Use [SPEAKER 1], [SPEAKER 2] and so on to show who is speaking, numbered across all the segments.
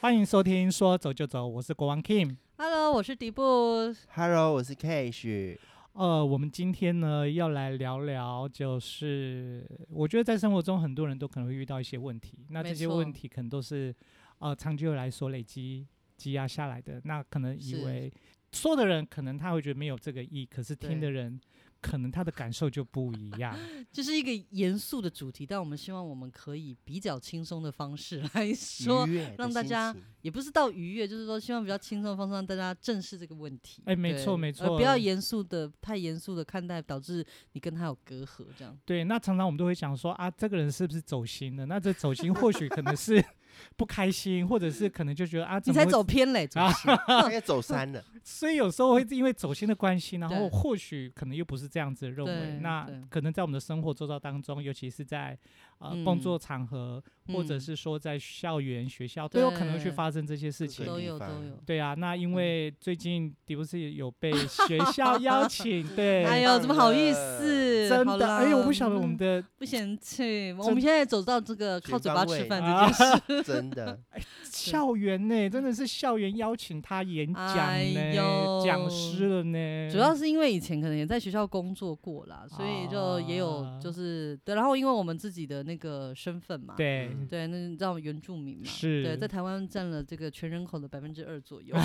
[SPEAKER 1] 欢迎收听《说走就走》，我是国王 Kim。
[SPEAKER 2] Hello，我是迪布。
[SPEAKER 3] Hello，我是 Cash。
[SPEAKER 1] 呃，我们今天呢要来聊聊，就是我觉得在生活中很多人都可能会遇到一些问题，那这
[SPEAKER 2] 没
[SPEAKER 1] 些
[SPEAKER 2] 错
[SPEAKER 1] 问题可能都是呃长久来说累积积压下来的。那可能以
[SPEAKER 2] 是
[SPEAKER 1] 为说的人可能他会觉得没有这个意义，可是听
[SPEAKER 2] 对
[SPEAKER 1] 的人可能他的感受就不一样。
[SPEAKER 2] 这是一个严肃的主题，但我们希望我们可以比较轻松的方式来说，
[SPEAKER 3] 愉悦的
[SPEAKER 2] 让大
[SPEAKER 3] 心
[SPEAKER 2] 家
[SPEAKER 3] 情
[SPEAKER 2] 也不是到愉悦，就是说希望比较轻松的方式让大家正视这个问题。
[SPEAKER 1] 哎没
[SPEAKER 2] 对
[SPEAKER 1] 错没
[SPEAKER 2] 而
[SPEAKER 1] 错
[SPEAKER 2] 不要严肃的太严肃的看待，导致你跟他有隔阂这样。
[SPEAKER 1] 对，那常常我们都会想说啊，这个人是不是走心了？那这走心或许可能是 不开心，或者是可能就觉得啊，
[SPEAKER 2] 你
[SPEAKER 1] 怎么
[SPEAKER 2] 才
[SPEAKER 1] 会
[SPEAKER 2] 走偏嘞，主
[SPEAKER 1] 啊
[SPEAKER 2] 持人
[SPEAKER 3] 大概走 山了，
[SPEAKER 1] 所以有时候会因为走心的关系，然后
[SPEAKER 2] 对
[SPEAKER 1] 或许可能又不是这样子的认为
[SPEAKER 2] 对。
[SPEAKER 1] 那
[SPEAKER 2] 对
[SPEAKER 1] 可能在我们的生活周遭当中，尤其是在呃、
[SPEAKER 2] 嗯
[SPEAKER 1] 工作场合，或者
[SPEAKER 2] 嗯
[SPEAKER 1] 是说在校园、学校，都有可能去
[SPEAKER 2] 对嗯
[SPEAKER 1] 发生这些事
[SPEAKER 3] 对
[SPEAKER 1] 情
[SPEAKER 2] 都。有
[SPEAKER 3] 地方
[SPEAKER 2] 都有。
[SPEAKER 1] 对啊，那因为最近迪布斯有被学校邀 请，对，
[SPEAKER 2] 哎呦，
[SPEAKER 3] 棒
[SPEAKER 2] 怎么好意
[SPEAKER 3] 了
[SPEAKER 2] 思？
[SPEAKER 1] 真
[SPEAKER 2] 好
[SPEAKER 1] 的，
[SPEAKER 2] 啦
[SPEAKER 1] 哎呦，我不晓得我们
[SPEAKER 2] 嗯
[SPEAKER 1] 的
[SPEAKER 2] 不嫌弃，我
[SPEAKER 1] 真
[SPEAKER 2] 们现在走到这个靠
[SPEAKER 3] 全
[SPEAKER 2] 嘴巴
[SPEAKER 3] 方
[SPEAKER 2] 吃
[SPEAKER 3] 位
[SPEAKER 2] 饭这
[SPEAKER 1] 啊
[SPEAKER 2] 件事。
[SPEAKER 3] 真的。
[SPEAKER 1] 校园呢、真的是校园邀请他演讲
[SPEAKER 2] 哎
[SPEAKER 1] 呢、
[SPEAKER 2] 呦
[SPEAKER 1] 讲师了呢，
[SPEAKER 2] 主要是因为以前可能也在学校工作过啦，所以就也有
[SPEAKER 1] 啊
[SPEAKER 2] 就是对，然后因为我们自己的那个身份嘛，
[SPEAKER 1] 对。哎
[SPEAKER 3] 嗯
[SPEAKER 2] 对，那你知道原住民嘛，
[SPEAKER 1] 是
[SPEAKER 2] 对，在台湾占了这个全人口的百分之二 左右，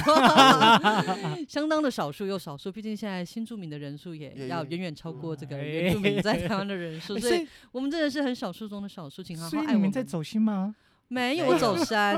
[SPEAKER 2] 相当的少数又少数，毕竟现在新住民的人数也
[SPEAKER 3] 也
[SPEAKER 2] 要
[SPEAKER 3] 也
[SPEAKER 2] 远远超过这个
[SPEAKER 1] 哎
[SPEAKER 2] 原住民在台湾的人数，
[SPEAKER 1] 哎
[SPEAKER 2] 所
[SPEAKER 1] 所
[SPEAKER 2] 以
[SPEAKER 1] 以，
[SPEAKER 2] 我们真的是很少数中的少数，请好好
[SPEAKER 1] 所以你
[SPEAKER 2] 爱我
[SPEAKER 1] 们在走心吗？
[SPEAKER 2] 没有
[SPEAKER 3] 没
[SPEAKER 2] 我
[SPEAKER 3] 有
[SPEAKER 2] 走山，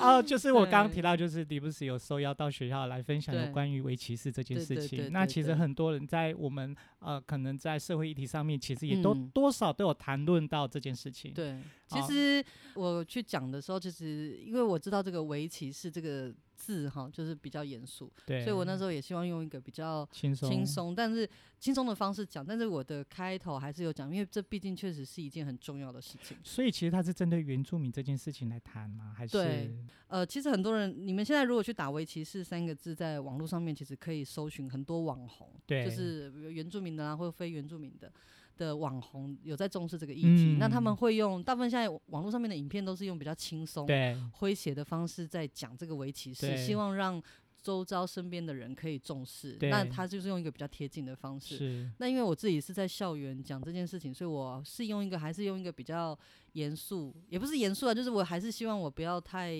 [SPEAKER 1] 啊，就是我刚刚
[SPEAKER 2] 对
[SPEAKER 1] 提到，就是迪布斯有受邀到学校来分享有
[SPEAKER 2] 对
[SPEAKER 1] 关于围棋士这件
[SPEAKER 2] 对
[SPEAKER 1] 事
[SPEAKER 2] 对
[SPEAKER 1] 情
[SPEAKER 2] 对。
[SPEAKER 1] 那
[SPEAKER 2] 对
[SPEAKER 1] 其实
[SPEAKER 2] 对
[SPEAKER 1] 很多人在我们呃，可能在社会议题上面，其实也都
[SPEAKER 2] 嗯
[SPEAKER 1] 多少都有谈论到这件事情。
[SPEAKER 2] 对，其
[SPEAKER 1] 好
[SPEAKER 2] 实我去讲的时候，其实因为我知道这个围棋是这个字哈，就是比较严肃，
[SPEAKER 1] 对，
[SPEAKER 2] 所以我那时候也希望用一个比较
[SPEAKER 1] 轻松
[SPEAKER 2] 轻松，但是轻松的方式讲。但是我的开头还是有讲，因为这毕竟确实是一件很重要的事情。
[SPEAKER 1] 所以其实他是针对原住民这件事情来谈吗？还
[SPEAKER 2] 对
[SPEAKER 1] 是
[SPEAKER 2] 呃，其实很多人，你们现在如果去打“围棋士”三个字，在网络上面其实可以搜寻很多网红，
[SPEAKER 1] 对
[SPEAKER 2] 就是原住民的啊啦，或者非原住民的的网红有在重视这个议
[SPEAKER 1] 嗯
[SPEAKER 2] 题。那他们会用，大部分现在网络上面的影片都是用比较轻松。
[SPEAKER 1] 对
[SPEAKER 2] 诙谐的方式在讲这个围棋是
[SPEAKER 1] 对
[SPEAKER 2] 希望让周遭身边的人可以重视。
[SPEAKER 1] 对
[SPEAKER 2] 那他就是用一个比较贴近的方式。
[SPEAKER 1] 是
[SPEAKER 2] 那因为我自己是在校园讲这件事情，所以我是用一个还是用一个比较严肃，也不是严肃啊，就是我还是希望我不要太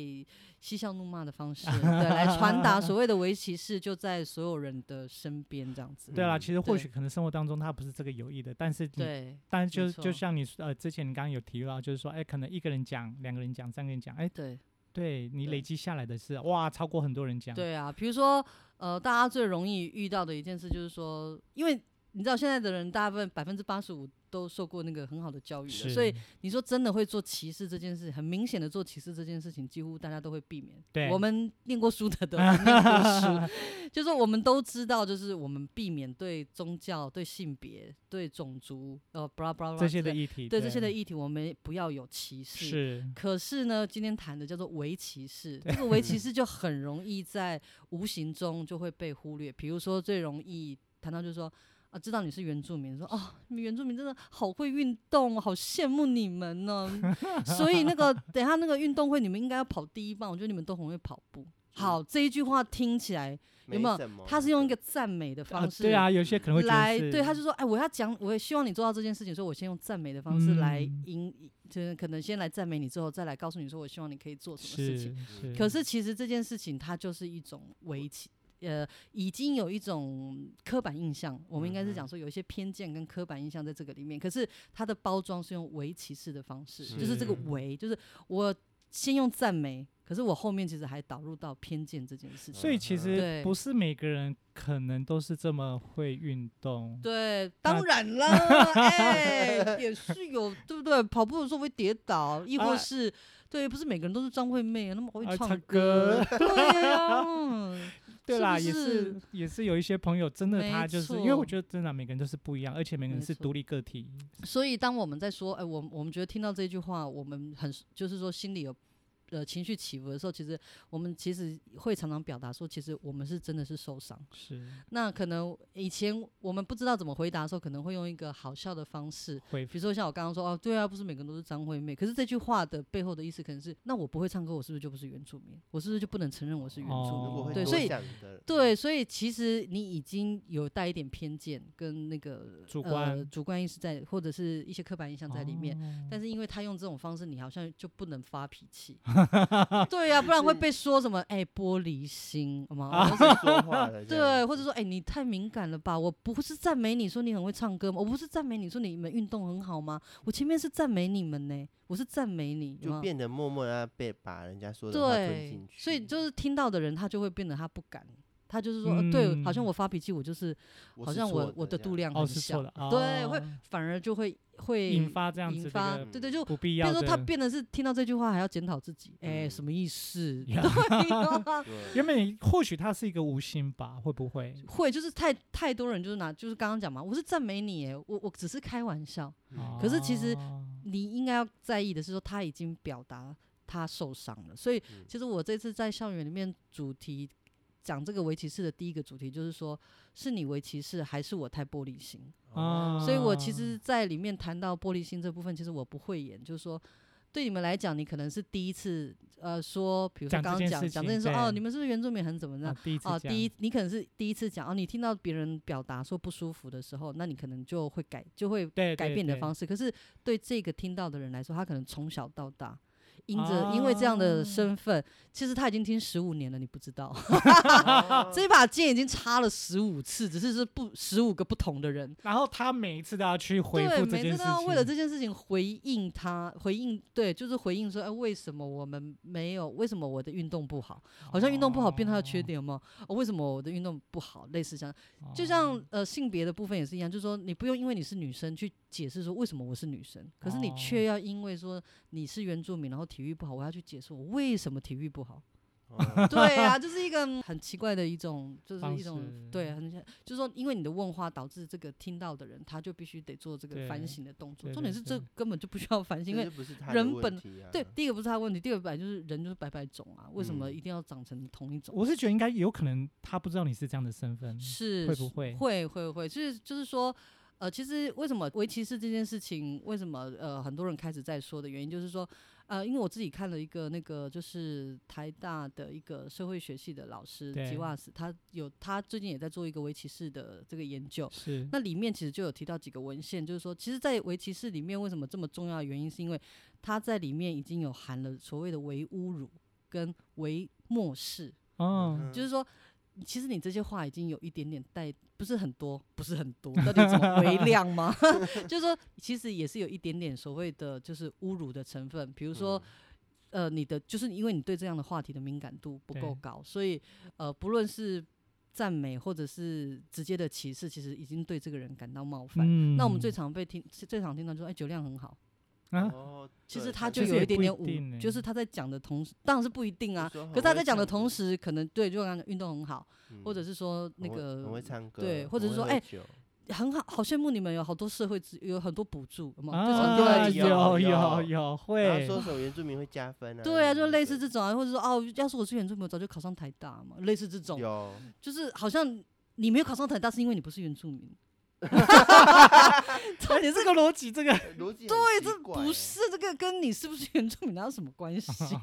[SPEAKER 2] 嬉笑怒骂的 方式，对，来传达所谓的围棋是就在所有人的身边这样子。
[SPEAKER 1] 对啦，
[SPEAKER 3] 嗯
[SPEAKER 1] 其实或
[SPEAKER 2] 对
[SPEAKER 1] 许可能生活当中他不是这个有意的，但是你
[SPEAKER 2] 对
[SPEAKER 1] 但
[SPEAKER 2] 没
[SPEAKER 1] 就是就
[SPEAKER 2] 错
[SPEAKER 1] 像你说呃之前你刚刚有提到，就是说哎，可能一个人讲，两个人讲，三个人讲，哎，
[SPEAKER 2] 对，
[SPEAKER 1] 对你累
[SPEAKER 2] 对
[SPEAKER 1] 积下来的是哇，超过很多人讲，
[SPEAKER 2] 对啊，比如说呃，大家最容易遇到的一件事就是说，因为你知道现在的人大部分百分之八十五都受过那个很好的教育了，
[SPEAKER 1] 是，
[SPEAKER 2] 所以你说真的会做歧视这件事，很明显的做歧视这件事情，几乎大家都会避免。
[SPEAKER 1] 对
[SPEAKER 2] 我们念过书的都 念过 书，就是我们都知道，就是我们避免对宗教、对性别、对种族呃，巴拉巴拉
[SPEAKER 1] 这些的议题，
[SPEAKER 2] 对这些的议题，我们不要有歧视。
[SPEAKER 1] 是
[SPEAKER 2] 可是呢，今天谈的叫做围棋士，这个围棋士就很容易在无形中就会被忽略。比如说，最容易谈到就是说。啊，知道你是原住 民，说哦，你们原住民真的好会运动哦，好羡慕你们呢、 所以那个等一下那个运动会，你们应该要跑第一棒，我觉得你们都很会跑步。好，这一句话听起来，有没有
[SPEAKER 3] 什么？
[SPEAKER 2] 他是用一个赞美的
[SPEAKER 1] 啊
[SPEAKER 2] 方，式
[SPEAKER 1] 对啊，有些可能会觉
[SPEAKER 2] 来，
[SPEAKER 1] 得是
[SPEAKER 2] 对，他就说，哎，我要讲，我也希望你做到这件事情，所以我先用赞美的方式来
[SPEAKER 1] 嗯
[SPEAKER 2] 引，就是可能先来赞美你，之后再来告诉你说，我希望你可以做什么
[SPEAKER 1] 是
[SPEAKER 2] 事情。
[SPEAKER 1] 是，
[SPEAKER 2] 可是其实这件事情它就是一种围棋，呃，已经有一种刻板印象，我们应该
[SPEAKER 1] 嗯
[SPEAKER 2] 是讲说有一些偏见跟刻板印象在这个里面。可是它的包装是用围棋式的方式，就是这个
[SPEAKER 1] 是
[SPEAKER 2] 围，就是我先用赞美，可是我后面其实还导入到偏见这件事情。
[SPEAKER 1] 所以其实
[SPEAKER 2] 对
[SPEAKER 1] 不是每个人可能都是这么会运动，
[SPEAKER 2] 对，
[SPEAKER 1] 那
[SPEAKER 2] 当然 啦，哎、也是有，对不对？跑步的时候会跌倒，亦
[SPEAKER 1] 啊
[SPEAKER 2] 或是、对，不是每个人都是张惠妹啊，那么会
[SPEAKER 1] 啊
[SPEAKER 2] 唱
[SPEAKER 1] 唱
[SPEAKER 2] 歌， 对呀、 嗯
[SPEAKER 1] 对
[SPEAKER 2] 是
[SPEAKER 1] 啦，
[SPEAKER 2] 不
[SPEAKER 1] 也
[SPEAKER 2] 是
[SPEAKER 1] 是也是有一些朋友真的
[SPEAKER 2] 没
[SPEAKER 1] 他就是，因为我
[SPEAKER 2] 错
[SPEAKER 1] 觉得真的每个人都是不一样，而且每个人
[SPEAKER 2] 没
[SPEAKER 1] 是
[SPEAKER 2] 错
[SPEAKER 1] 独立个体，
[SPEAKER 2] 所以当我们在说，哎、我我们觉得听到这句话，我们很就是说心里有呃情绪起伏的时候，其实我们其实会常常表达说，其实我们是真的是受伤。
[SPEAKER 1] 是
[SPEAKER 2] 那可能以前我们不知道怎么回答的时候，可能会用一个好笑的方式。
[SPEAKER 1] 回
[SPEAKER 2] 比如说像我刚刚说哦，对啊，不是每个人都是张惠妹，可是这句话的背后的意思可能是，那我不会唱歌，我是不是就不是原住民？我是不是就不能承认我是原住民？
[SPEAKER 1] 哦
[SPEAKER 3] 如果会
[SPEAKER 2] 对
[SPEAKER 3] 多
[SPEAKER 2] 所以
[SPEAKER 3] 想的，
[SPEAKER 2] 对，所以其实你已经有带一点偏见跟那个
[SPEAKER 1] 主
[SPEAKER 2] 呃、
[SPEAKER 1] 观
[SPEAKER 2] 主观意识在，或者是一些刻板印象在里面。
[SPEAKER 1] 哦
[SPEAKER 2] 但是因为他用这种方式，你好像就不能发脾气。 对呀、不然会被说什么哎、玻璃心 嘛。
[SPEAKER 3] 不是说话的这
[SPEAKER 2] 对，
[SPEAKER 3] 样
[SPEAKER 2] 或者说，哎、你太敏感了吧？我不是赞美你说你很会唱歌吗？我不是赞美你说你们运动很好吗？我前面是赞美你们呢，我是赞美你，有没
[SPEAKER 3] 就
[SPEAKER 2] 有
[SPEAKER 3] 变得默默的被把人家说的话吞
[SPEAKER 2] 对
[SPEAKER 3] 进，去，
[SPEAKER 2] 所以就是听到的人，他就会变得他不敢，他就是说，呃对，好像
[SPEAKER 1] 嗯
[SPEAKER 2] 我发脾气，我就是
[SPEAKER 3] 我
[SPEAKER 2] 好
[SPEAKER 3] 是
[SPEAKER 2] 像
[SPEAKER 3] 错
[SPEAKER 2] 我我的
[SPEAKER 3] 这样
[SPEAKER 2] 度量
[SPEAKER 1] 哦
[SPEAKER 2] 很
[SPEAKER 1] 是错
[SPEAKER 2] 小，
[SPEAKER 1] 的，
[SPEAKER 2] 对，会
[SPEAKER 1] 哦
[SPEAKER 2] 反而就会会
[SPEAKER 1] 引发这样
[SPEAKER 2] 引
[SPEAKER 1] 子
[SPEAKER 2] 发
[SPEAKER 1] 的一个
[SPEAKER 2] 对对，就
[SPEAKER 1] 不必
[SPEAKER 2] 变
[SPEAKER 1] 要
[SPEAKER 2] 成说他
[SPEAKER 1] 的。
[SPEAKER 2] 变得是听到这句话还要检讨自己，哎，
[SPEAKER 3] 嗯
[SPEAKER 2] 什么意思？
[SPEAKER 1] 呀
[SPEAKER 2] 对啊
[SPEAKER 3] 对
[SPEAKER 1] 原本你或许他是一个无心吧，会不会？
[SPEAKER 2] 会就是太太多人就是拿就是刚刚讲嘛，我是赞美你，哎，我我只是开玩笑，
[SPEAKER 3] 嗯
[SPEAKER 2] 可是其实
[SPEAKER 1] 哦
[SPEAKER 2] 你应该要在意的是说他已经表达他受伤了，所以
[SPEAKER 3] 嗯
[SPEAKER 2] 其实我这次在校园里面主题讲这个围棋式的第一个主题就是说，是你围棋式还是我太玻璃心？
[SPEAKER 1] 啊
[SPEAKER 3] 哦
[SPEAKER 2] 所以我其实，在里面谈到玻璃心这部分，其实我不会演，就是说。对你们来讲，你可能是第一次，呃，说，比如说
[SPEAKER 1] 讲这
[SPEAKER 2] 刚刚
[SPEAKER 1] 件
[SPEAKER 2] 讲
[SPEAKER 1] 事
[SPEAKER 2] 讲
[SPEAKER 1] 情
[SPEAKER 2] 这件事，哦，
[SPEAKER 1] 对
[SPEAKER 2] 你们是不是原住民很怎么样？
[SPEAKER 1] 啊第一次
[SPEAKER 2] 哦，
[SPEAKER 1] 这样
[SPEAKER 2] 第一，你可能是第一次讲哦，你听到别人表达说不舒服的时候，那你可能就会改，就会
[SPEAKER 1] 对
[SPEAKER 2] 改
[SPEAKER 1] 对
[SPEAKER 2] 变你的
[SPEAKER 1] 对
[SPEAKER 2] 方式。可是对这个听到的人来说，他可能从小到大。因着因为这样的身份，其实他已经听十五年了，你不知道，
[SPEAKER 1] 嗯啊
[SPEAKER 3] 哦
[SPEAKER 2] 这把剑已经插了十五次，只是是不十五个不同的人，
[SPEAKER 1] 然后他每一次都要去回
[SPEAKER 2] 对，
[SPEAKER 1] 复这
[SPEAKER 2] 每
[SPEAKER 1] 件事
[SPEAKER 2] 次都
[SPEAKER 1] 情，哦
[SPEAKER 2] 要为了这件事情回应他，回应对，就是回应说，哎，为什么我们没有？为什么我的运动不好？好像运动不好变他的缺点吗？哦，为什么我的运动不好？类似这样。
[SPEAKER 1] 哦，
[SPEAKER 2] 就像呃性别的部分也是一样，就是说你不用因为你是女生去解释说为什么我是女生，可是
[SPEAKER 1] 哦
[SPEAKER 2] 你却要因为说你是原住民，然后体育不好，我要去解释我为什么体育不好。
[SPEAKER 3] 哦
[SPEAKER 2] 对啊，就是一个嗯很奇怪的一种，就是
[SPEAKER 1] 方
[SPEAKER 2] 一种
[SPEAKER 1] 式
[SPEAKER 2] 对，很像就是说因为你的问话导致这个听到的人，他就必须得做这个反
[SPEAKER 1] 对
[SPEAKER 2] 省的动作。
[SPEAKER 1] 对
[SPEAKER 2] 重点
[SPEAKER 1] 对
[SPEAKER 2] 是这
[SPEAKER 1] 对
[SPEAKER 2] 根本就不需要反省，因为
[SPEAKER 3] 这不是他的
[SPEAKER 2] 人
[SPEAKER 3] 问
[SPEAKER 2] 本
[SPEAKER 3] 题啊
[SPEAKER 2] 对，第一个不是他的问题，第二个本来就是人就是百百种啊，为什么
[SPEAKER 3] 嗯
[SPEAKER 2] 一定要长成同一种？
[SPEAKER 1] 我是觉得应该有可能他不知道你是这样的身份，
[SPEAKER 2] 是
[SPEAKER 1] 会不会？
[SPEAKER 2] 会会会，就是就是说，呃，其实为什么围棋是这件事情，为什么呃很多人开始在说的原因，就是说，呃，因为我自己看了一个那个就是台大的一个社会学系的老师
[SPEAKER 1] 对
[SPEAKER 2] 吉瓦斯，他有他最近也在做一个围棋式的这个研究。
[SPEAKER 1] 是
[SPEAKER 2] 那里面其实就有提到几个文献，就是说，其实，在围棋式里面为什么这么重要的原因，是因为它在里面已经有含了所谓的唯侮辱跟唯漠视，
[SPEAKER 1] 嗯，
[SPEAKER 2] 就是说，其实你这些话已经有一点点带，不是很多，不是很多，到底怎么微量吗？ 就是说，其实也是有一点点所谓的就是侮辱的成分，比如说。
[SPEAKER 1] 嗯
[SPEAKER 2] 呃，你的就是因为你对这样的话题的敏感度不够
[SPEAKER 1] 对
[SPEAKER 2] 高，所以呃，不论是赞美或者是直接的歧视，其实已经对这个人感到冒犯。
[SPEAKER 1] 嗯
[SPEAKER 2] 那我们最常被听最常听到就是哎酒量很好，
[SPEAKER 1] 啊
[SPEAKER 3] 哦
[SPEAKER 2] 其实
[SPEAKER 3] 对
[SPEAKER 2] 他
[SPEAKER 3] 他
[SPEAKER 2] 就
[SPEAKER 1] 其实
[SPEAKER 2] 有
[SPEAKER 1] 也
[SPEAKER 2] 一点
[SPEAKER 1] 不一
[SPEAKER 2] 点
[SPEAKER 1] 定
[SPEAKER 2] 侮，
[SPEAKER 1] 欸
[SPEAKER 2] 就是他在讲的同时，当然是不一定啊，
[SPEAKER 3] 就说很
[SPEAKER 2] 可是他
[SPEAKER 3] 会
[SPEAKER 2] 在讲的
[SPEAKER 3] 唱
[SPEAKER 2] 同
[SPEAKER 3] 歌
[SPEAKER 2] 时，可能对，就刚刚运动很好，
[SPEAKER 3] 嗯
[SPEAKER 2] 或者是说那
[SPEAKER 3] 很会很会
[SPEAKER 2] 个
[SPEAKER 3] 唱歌，
[SPEAKER 2] 对或者
[SPEAKER 3] 很
[SPEAKER 2] 是说
[SPEAKER 3] 会喝
[SPEAKER 2] 哎
[SPEAKER 3] 酒
[SPEAKER 2] 很好，好羡慕你们有好多社会资，有很多补助，有没有？就
[SPEAKER 1] 啊
[SPEAKER 2] 从
[SPEAKER 3] 对
[SPEAKER 2] 来
[SPEAKER 3] 对
[SPEAKER 2] 就哦
[SPEAKER 3] 有
[SPEAKER 1] 有
[SPEAKER 3] 有
[SPEAKER 1] 有有
[SPEAKER 3] 然后
[SPEAKER 1] 会
[SPEAKER 3] 说什么原住民会加分啊？
[SPEAKER 2] 对啊，
[SPEAKER 3] 什
[SPEAKER 2] 就
[SPEAKER 3] 么
[SPEAKER 2] 类似
[SPEAKER 3] 的
[SPEAKER 2] 这种啊，或者说哦，要是我是原住民，我早就考上台大嘛，类似这种，
[SPEAKER 3] 有
[SPEAKER 2] 就是好像你没有考上台大是因为你不是原住 民。重点是
[SPEAKER 1] 这个逻辑，这个
[SPEAKER 3] 逻辑很
[SPEAKER 2] 对，
[SPEAKER 3] 奇
[SPEAKER 2] 这
[SPEAKER 3] 怪
[SPEAKER 2] 不
[SPEAKER 3] 欸
[SPEAKER 2] 是这个跟你是不是原住民哪有什么关系，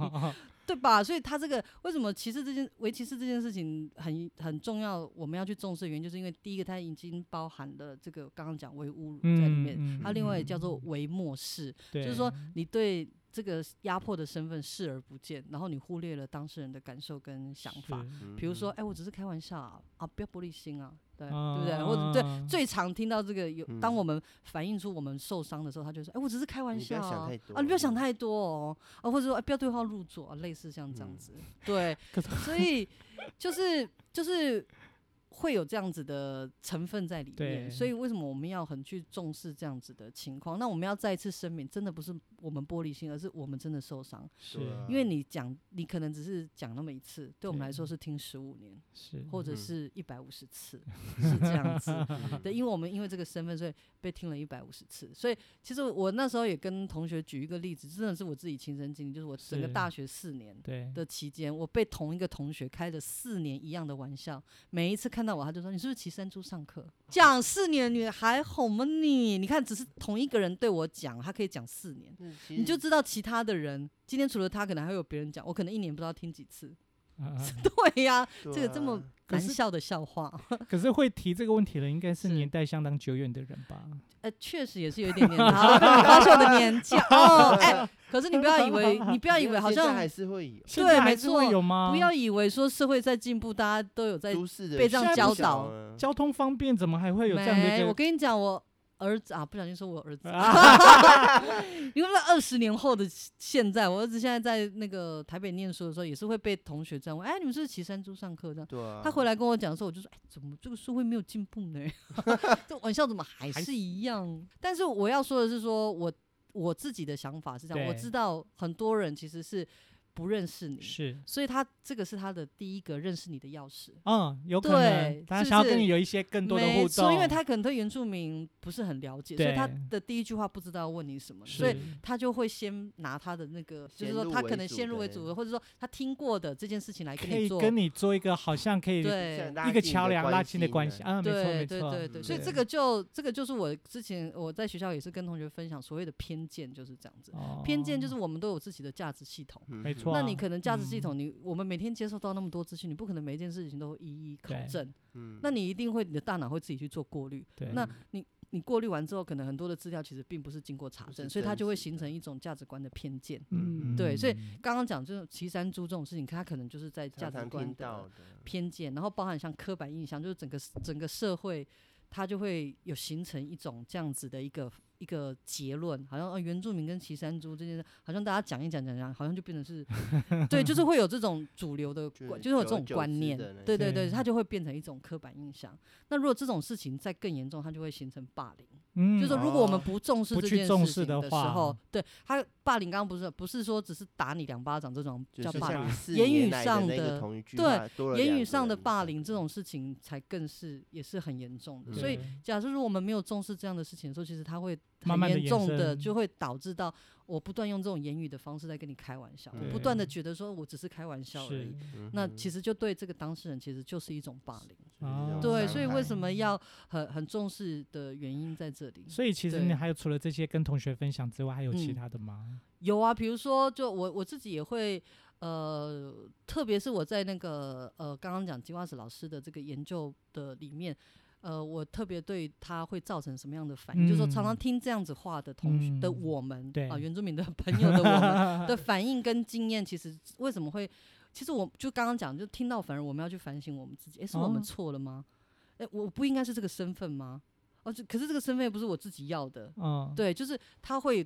[SPEAKER 2] 对吧？所以他这个为什么歧视这件围棋是这件事情很很重要，我们要去重视的原因，就是因为第一个它已经包含了这个刚刚讲唯侮辱在里面，
[SPEAKER 1] 嗯嗯
[SPEAKER 2] 它另外也叫做
[SPEAKER 1] 嗯
[SPEAKER 2] 唯漠视，
[SPEAKER 1] 就
[SPEAKER 2] 就是说你对这个压迫的身份视而不见，然后你忽略了当事人的感受跟想法。比如
[SPEAKER 3] 嗯
[SPEAKER 2] 说，哎、我只是开玩笑啊，啊，不要玻璃心啊，对、对不对？或者对。
[SPEAKER 1] 对
[SPEAKER 2] 最常听到这个有，当
[SPEAKER 3] 嗯
[SPEAKER 2] 我们反映出我们受伤的时候，他就说：“哎、我只是开玩
[SPEAKER 3] 你不
[SPEAKER 2] 笑
[SPEAKER 3] 要想
[SPEAKER 2] 啊
[SPEAKER 3] 太，
[SPEAKER 2] 啊，你不要想
[SPEAKER 3] 多
[SPEAKER 2] 太多哦，啊，或者说、哎不要对号入 座啊，类似像这样
[SPEAKER 3] 嗯
[SPEAKER 2] 子。对
[SPEAKER 1] 可是，
[SPEAKER 2] 所以就是就是会有这样子的成分在里面，
[SPEAKER 1] 对
[SPEAKER 2] 所以为什么我们要很去重视这样子的情况？那我们要再一次声明，真的不是我们玻璃心，而是我们真的受伤。
[SPEAKER 1] 是
[SPEAKER 3] 对啊
[SPEAKER 2] 因为你讲，你可能只是讲那么一次，对我们
[SPEAKER 1] 对
[SPEAKER 2] 来说是听十五年，
[SPEAKER 1] 是
[SPEAKER 2] 或者
[SPEAKER 3] 嗯
[SPEAKER 2] 是一百五十次，是这样子。
[SPEAKER 3] 嗯
[SPEAKER 2] 对，因为我们因为这个身份，所以被听了一百五十次。所以其实我那时候也跟同学举一个例子，真的是我自己亲身经历，就是我整个
[SPEAKER 1] 是
[SPEAKER 2] 大学四年
[SPEAKER 1] 对
[SPEAKER 2] 的期间，我被同一个同学开了四年一样的玩笑，每一次看到我，他就说：“你是不是骑山猪上课？”讲四年的女还哄吗你？你看，只是同一个人对我讲，他可以讲四年，
[SPEAKER 3] 那其
[SPEAKER 2] 你就
[SPEAKER 3] 实
[SPEAKER 2] 知道其他的人今天除了他，可能还会有别人讲，我可能一年不知道听几次。
[SPEAKER 1] 啊啊
[SPEAKER 2] 对呀、
[SPEAKER 3] 对
[SPEAKER 2] 这个这么
[SPEAKER 3] 啊
[SPEAKER 1] 可
[SPEAKER 2] 难
[SPEAKER 1] 是
[SPEAKER 2] 笑的笑话。
[SPEAKER 1] 可是会提这个问题的，应该是
[SPEAKER 2] 是
[SPEAKER 1] 年代相当久远的人吧？
[SPEAKER 2] 呃，确实也是有一点年 好，发现我的年纪哦，哎、可是你不要以为，你不要
[SPEAKER 3] 没
[SPEAKER 2] 以
[SPEAKER 3] 有
[SPEAKER 2] 为好
[SPEAKER 3] 现在
[SPEAKER 2] 像
[SPEAKER 3] 还是会有
[SPEAKER 1] 现
[SPEAKER 2] 对
[SPEAKER 1] 在还
[SPEAKER 2] 没
[SPEAKER 1] 是会
[SPEAKER 2] 错
[SPEAKER 1] 有吗？
[SPEAKER 2] 不要以为说社会在进步，大家都有在。
[SPEAKER 3] 都市的
[SPEAKER 2] 被这样
[SPEAKER 3] 现在
[SPEAKER 1] 教
[SPEAKER 3] 不小
[SPEAKER 2] 导
[SPEAKER 3] 啊
[SPEAKER 1] 交通方便，怎么还会有这样的
[SPEAKER 2] 没，
[SPEAKER 1] 一
[SPEAKER 2] 我
[SPEAKER 1] 个？
[SPEAKER 2] 跟你讲，我儿子啊，不小心说我 儿子，
[SPEAKER 1] 啊
[SPEAKER 2] 因为二十年后的现在，我儿子现在在那个台北念书的时候，也是会被同学这样问，哎，你们是不是骑山猪上课这样。
[SPEAKER 3] 对啊，
[SPEAKER 2] 他回来跟我讲的时候，我就说：“哎，怎么这个社会没有进步呢？ 这玩笑怎么还
[SPEAKER 1] 还
[SPEAKER 2] 是一样？”但是我要说的是说我我自己的想法是这样，我
[SPEAKER 1] 对
[SPEAKER 2] 知道很多人其实是不认识你，
[SPEAKER 1] 是，
[SPEAKER 2] 所以他这个是他的第一个认识你的钥匙。
[SPEAKER 1] 嗯，有可
[SPEAKER 2] 对
[SPEAKER 1] 能他
[SPEAKER 2] 是不
[SPEAKER 1] 想要跟
[SPEAKER 2] 是
[SPEAKER 1] 你有一些更多的
[SPEAKER 2] 没
[SPEAKER 1] 互
[SPEAKER 2] 错
[SPEAKER 1] 动，
[SPEAKER 2] 因为他可能对原住民不是很了解，所以他
[SPEAKER 1] 对
[SPEAKER 2] 的第一句话不知道要问你什么，所以
[SPEAKER 1] 是
[SPEAKER 2] 他就会先拿他的那个，就是
[SPEAKER 3] 先
[SPEAKER 2] 说
[SPEAKER 3] 入
[SPEAKER 2] 他
[SPEAKER 3] 为
[SPEAKER 2] 可能
[SPEAKER 3] 主
[SPEAKER 2] 先入为
[SPEAKER 3] 的
[SPEAKER 2] 主的，或者说他听过的这件事情来跟
[SPEAKER 1] 可
[SPEAKER 2] 你
[SPEAKER 1] 以
[SPEAKER 2] 做。
[SPEAKER 1] 跟你做一个好像可以
[SPEAKER 2] 对，
[SPEAKER 1] 一个桥梁拉近的关系
[SPEAKER 3] 系呢。
[SPEAKER 1] 啊，没错
[SPEAKER 2] 对
[SPEAKER 1] 没
[SPEAKER 2] 对
[SPEAKER 1] 错，
[SPEAKER 2] 对对，所以这
[SPEAKER 1] 对
[SPEAKER 2] 个就这个就是我之前我在学校也是跟同学分享所谓的偏见就是这样子，
[SPEAKER 1] 哦
[SPEAKER 2] 偏见就是我们都有自己的价值系统。
[SPEAKER 3] 嗯
[SPEAKER 1] 没
[SPEAKER 3] 哼
[SPEAKER 1] 错
[SPEAKER 2] 那
[SPEAKER 1] 哇嗯
[SPEAKER 2] 你可能价值系统，你我们每天接受到那么多资讯，你不可能每一件事情都一一考
[SPEAKER 1] 对
[SPEAKER 2] 证，
[SPEAKER 3] 嗯
[SPEAKER 2] 那你一定会你的大脑会自己去做过滤。
[SPEAKER 1] 对
[SPEAKER 2] 那你过滤完之后，可能很多的资料其实并不是经过查
[SPEAKER 3] 不是
[SPEAKER 2] 证，所以它
[SPEAKER 3] 真
[SPEAKER 2] 就会
[SPEAKER 3] 实
[SPEAKER 2] 形
[SPEAKER 3] 的
[SPEAKER 2] 成一种价值观的偏见。
[SPEAKER 1] 嗯
[SPEAKER 2] 对所以
[SPEAKER 1] 嗯
[SPEAKER 2] 刚刚讲这种骑山猪这种事情，它可能就是在价
[SPEAKER 3] 常
[SPEAKER 2] 值
[SPEAKER 3] 常
[SPEAKER 2] 观
[SPEAKER 3] 听
[SPEAKER 2] 的
[SPEAKER 3] 到的，
[SPEAKER 2] 偏见，然后包含像刻板印象，就是整个整个社会，它就会有形成一种这样子的一个一个结论，好像、呃、原住民跟骑山猪这件事，好像大家讲一讲讲讲，好像就变 成是，对，就是会有这种主流的
[SPEAKER 3] 就
[SPEAKER 2] 观，
[SPEAKER 3] 是
[SPEAKER 2] 就是有这
[SPEAKER 3] 久而
[SPEAKER 2] 种
[SPEAKER 3] 久
[SPEAKER 2] 观
[SPEAKER 3] 之
[SPEAKER 2] 念
[SPEAKER 3] 的那，
[SPEAKER 2] 对对对，
[SPEAKER 1] 种
[SPEAKER 2] 它就会变成一种刻板印象。那如果这种事情再更严重，它就会形成霸凌。
[SPEAKER 1] 嗯
[SPEAKER 2] 就是说，如果我们
[SPEAKER 3] 哦
[SPEAKER 2] 不重视
[SPEAKER 1] 不
[SPEAKER 2] 这
[SPEAKER 1] 去
[SPEAKER 2] 件事
[SPEAKER 1] 重
[SPEAKER 2] 情
[SPEAKER 1] 视的
[SPEAKER 2] 的时
[SPEAKER 1] 话
[SPEAKER 2] 候，对他霸凌，刚刚不是不是说只是打你两巴掌这种
[SPEAKER 3] 就
[SPEAKER 2] 叫
[SPEAKER 3] 是
[SPEAKER 2] 霸凌
[SPEAKER 3] 像，你四
[SPEAKER 2] 言
[SPEAKER 3] 年
[SPEAKER 2] 语
[SPEAKER 3] 来
[SPEAKER 2] 上
[SPEAKER 3] 的那
[SPEAKER 2] 的
[SPEAKER 3] 个同一句
[SPEAKER 2] 对
[SPEAKER 3] 话，多了
[SPEAKER 2] 言
[SPEAKER 3] 两
[SPEAKER 2] 语
[SPEAKER 3] 个
[SPEAKER 2] 上的
[SPEAKER 3] 人
[SPEAKER 2] 霸凌这种事情才更是也是很严重的。
[SPEAKER 3] 嗯
[SPEAKER 2] 所以
[SPEAKER 1] 对，
[SPEAKER 2] 假设说我们没有重视这样的事情的时候，其实它会
[SPEAKER 1] 慢
[SPEAKER 2] 很
[SPEAKER 1] 慢地
[SPEAKER 2] 严
[SPEAKER 1] 延
[SPEAKER 2] 重的，
[SPEAKER 1] 伸
[SPEAKER 2] 就会导致到我不断用这种言语的方式在跟你开玩笑，我不断的觉得说我只是开玩笑而
[SPEAKER 1] 是
[SPEAKER 2] 已。那其
[SPEAKER 3] 实
[SPEAKER 2] 实就对这个当事人其实就是一种霸凌，
[SPEAKER 1] 哦
[SPEAKER 2] 对，所以为什
[SPEAKER 1] 么？
[SPEAKER 2] 么要很很重视的原因在这里。
[SPEAKER 1] 所以其实
[SPEAKER 2] 对
[SPEAKER 1] 你还有除了这些跟同学分享之外，还有其
[SPEAKER 2] 嗯
[SPEAKER 1] 他的吗？
[SPEAKER 2] 有啊，比如说，就我我自己也会，呃，特别是我在那个呃刚刚讲金花子老师的这个研究的里面，呃，我特别对他会造成什么样的反应，就是说常常
[SPEAKER 1] 嗯
[SPEAKER 2] 听这样子话的同学、的
[SPEAKER 1] 嗯
[SPEAKER 2] 我们，
[SPEAKER 1] 对
[SPEAKER 2] 啊、原住民的朋友的我们的反应跟经验，其实为什么会？其实我就刚刚讲，就听到，反而我们要去反省我们自己，诶，是我们
[SPEAKER 1] 哦
[SPEAKER 2] 错了吗？诶，我不应该是这个身份吗？哦，这可是这个身份又不是我自己要的，
[SPEAKER 1] 嗯，
[SPEAKER 2] 对，就是他会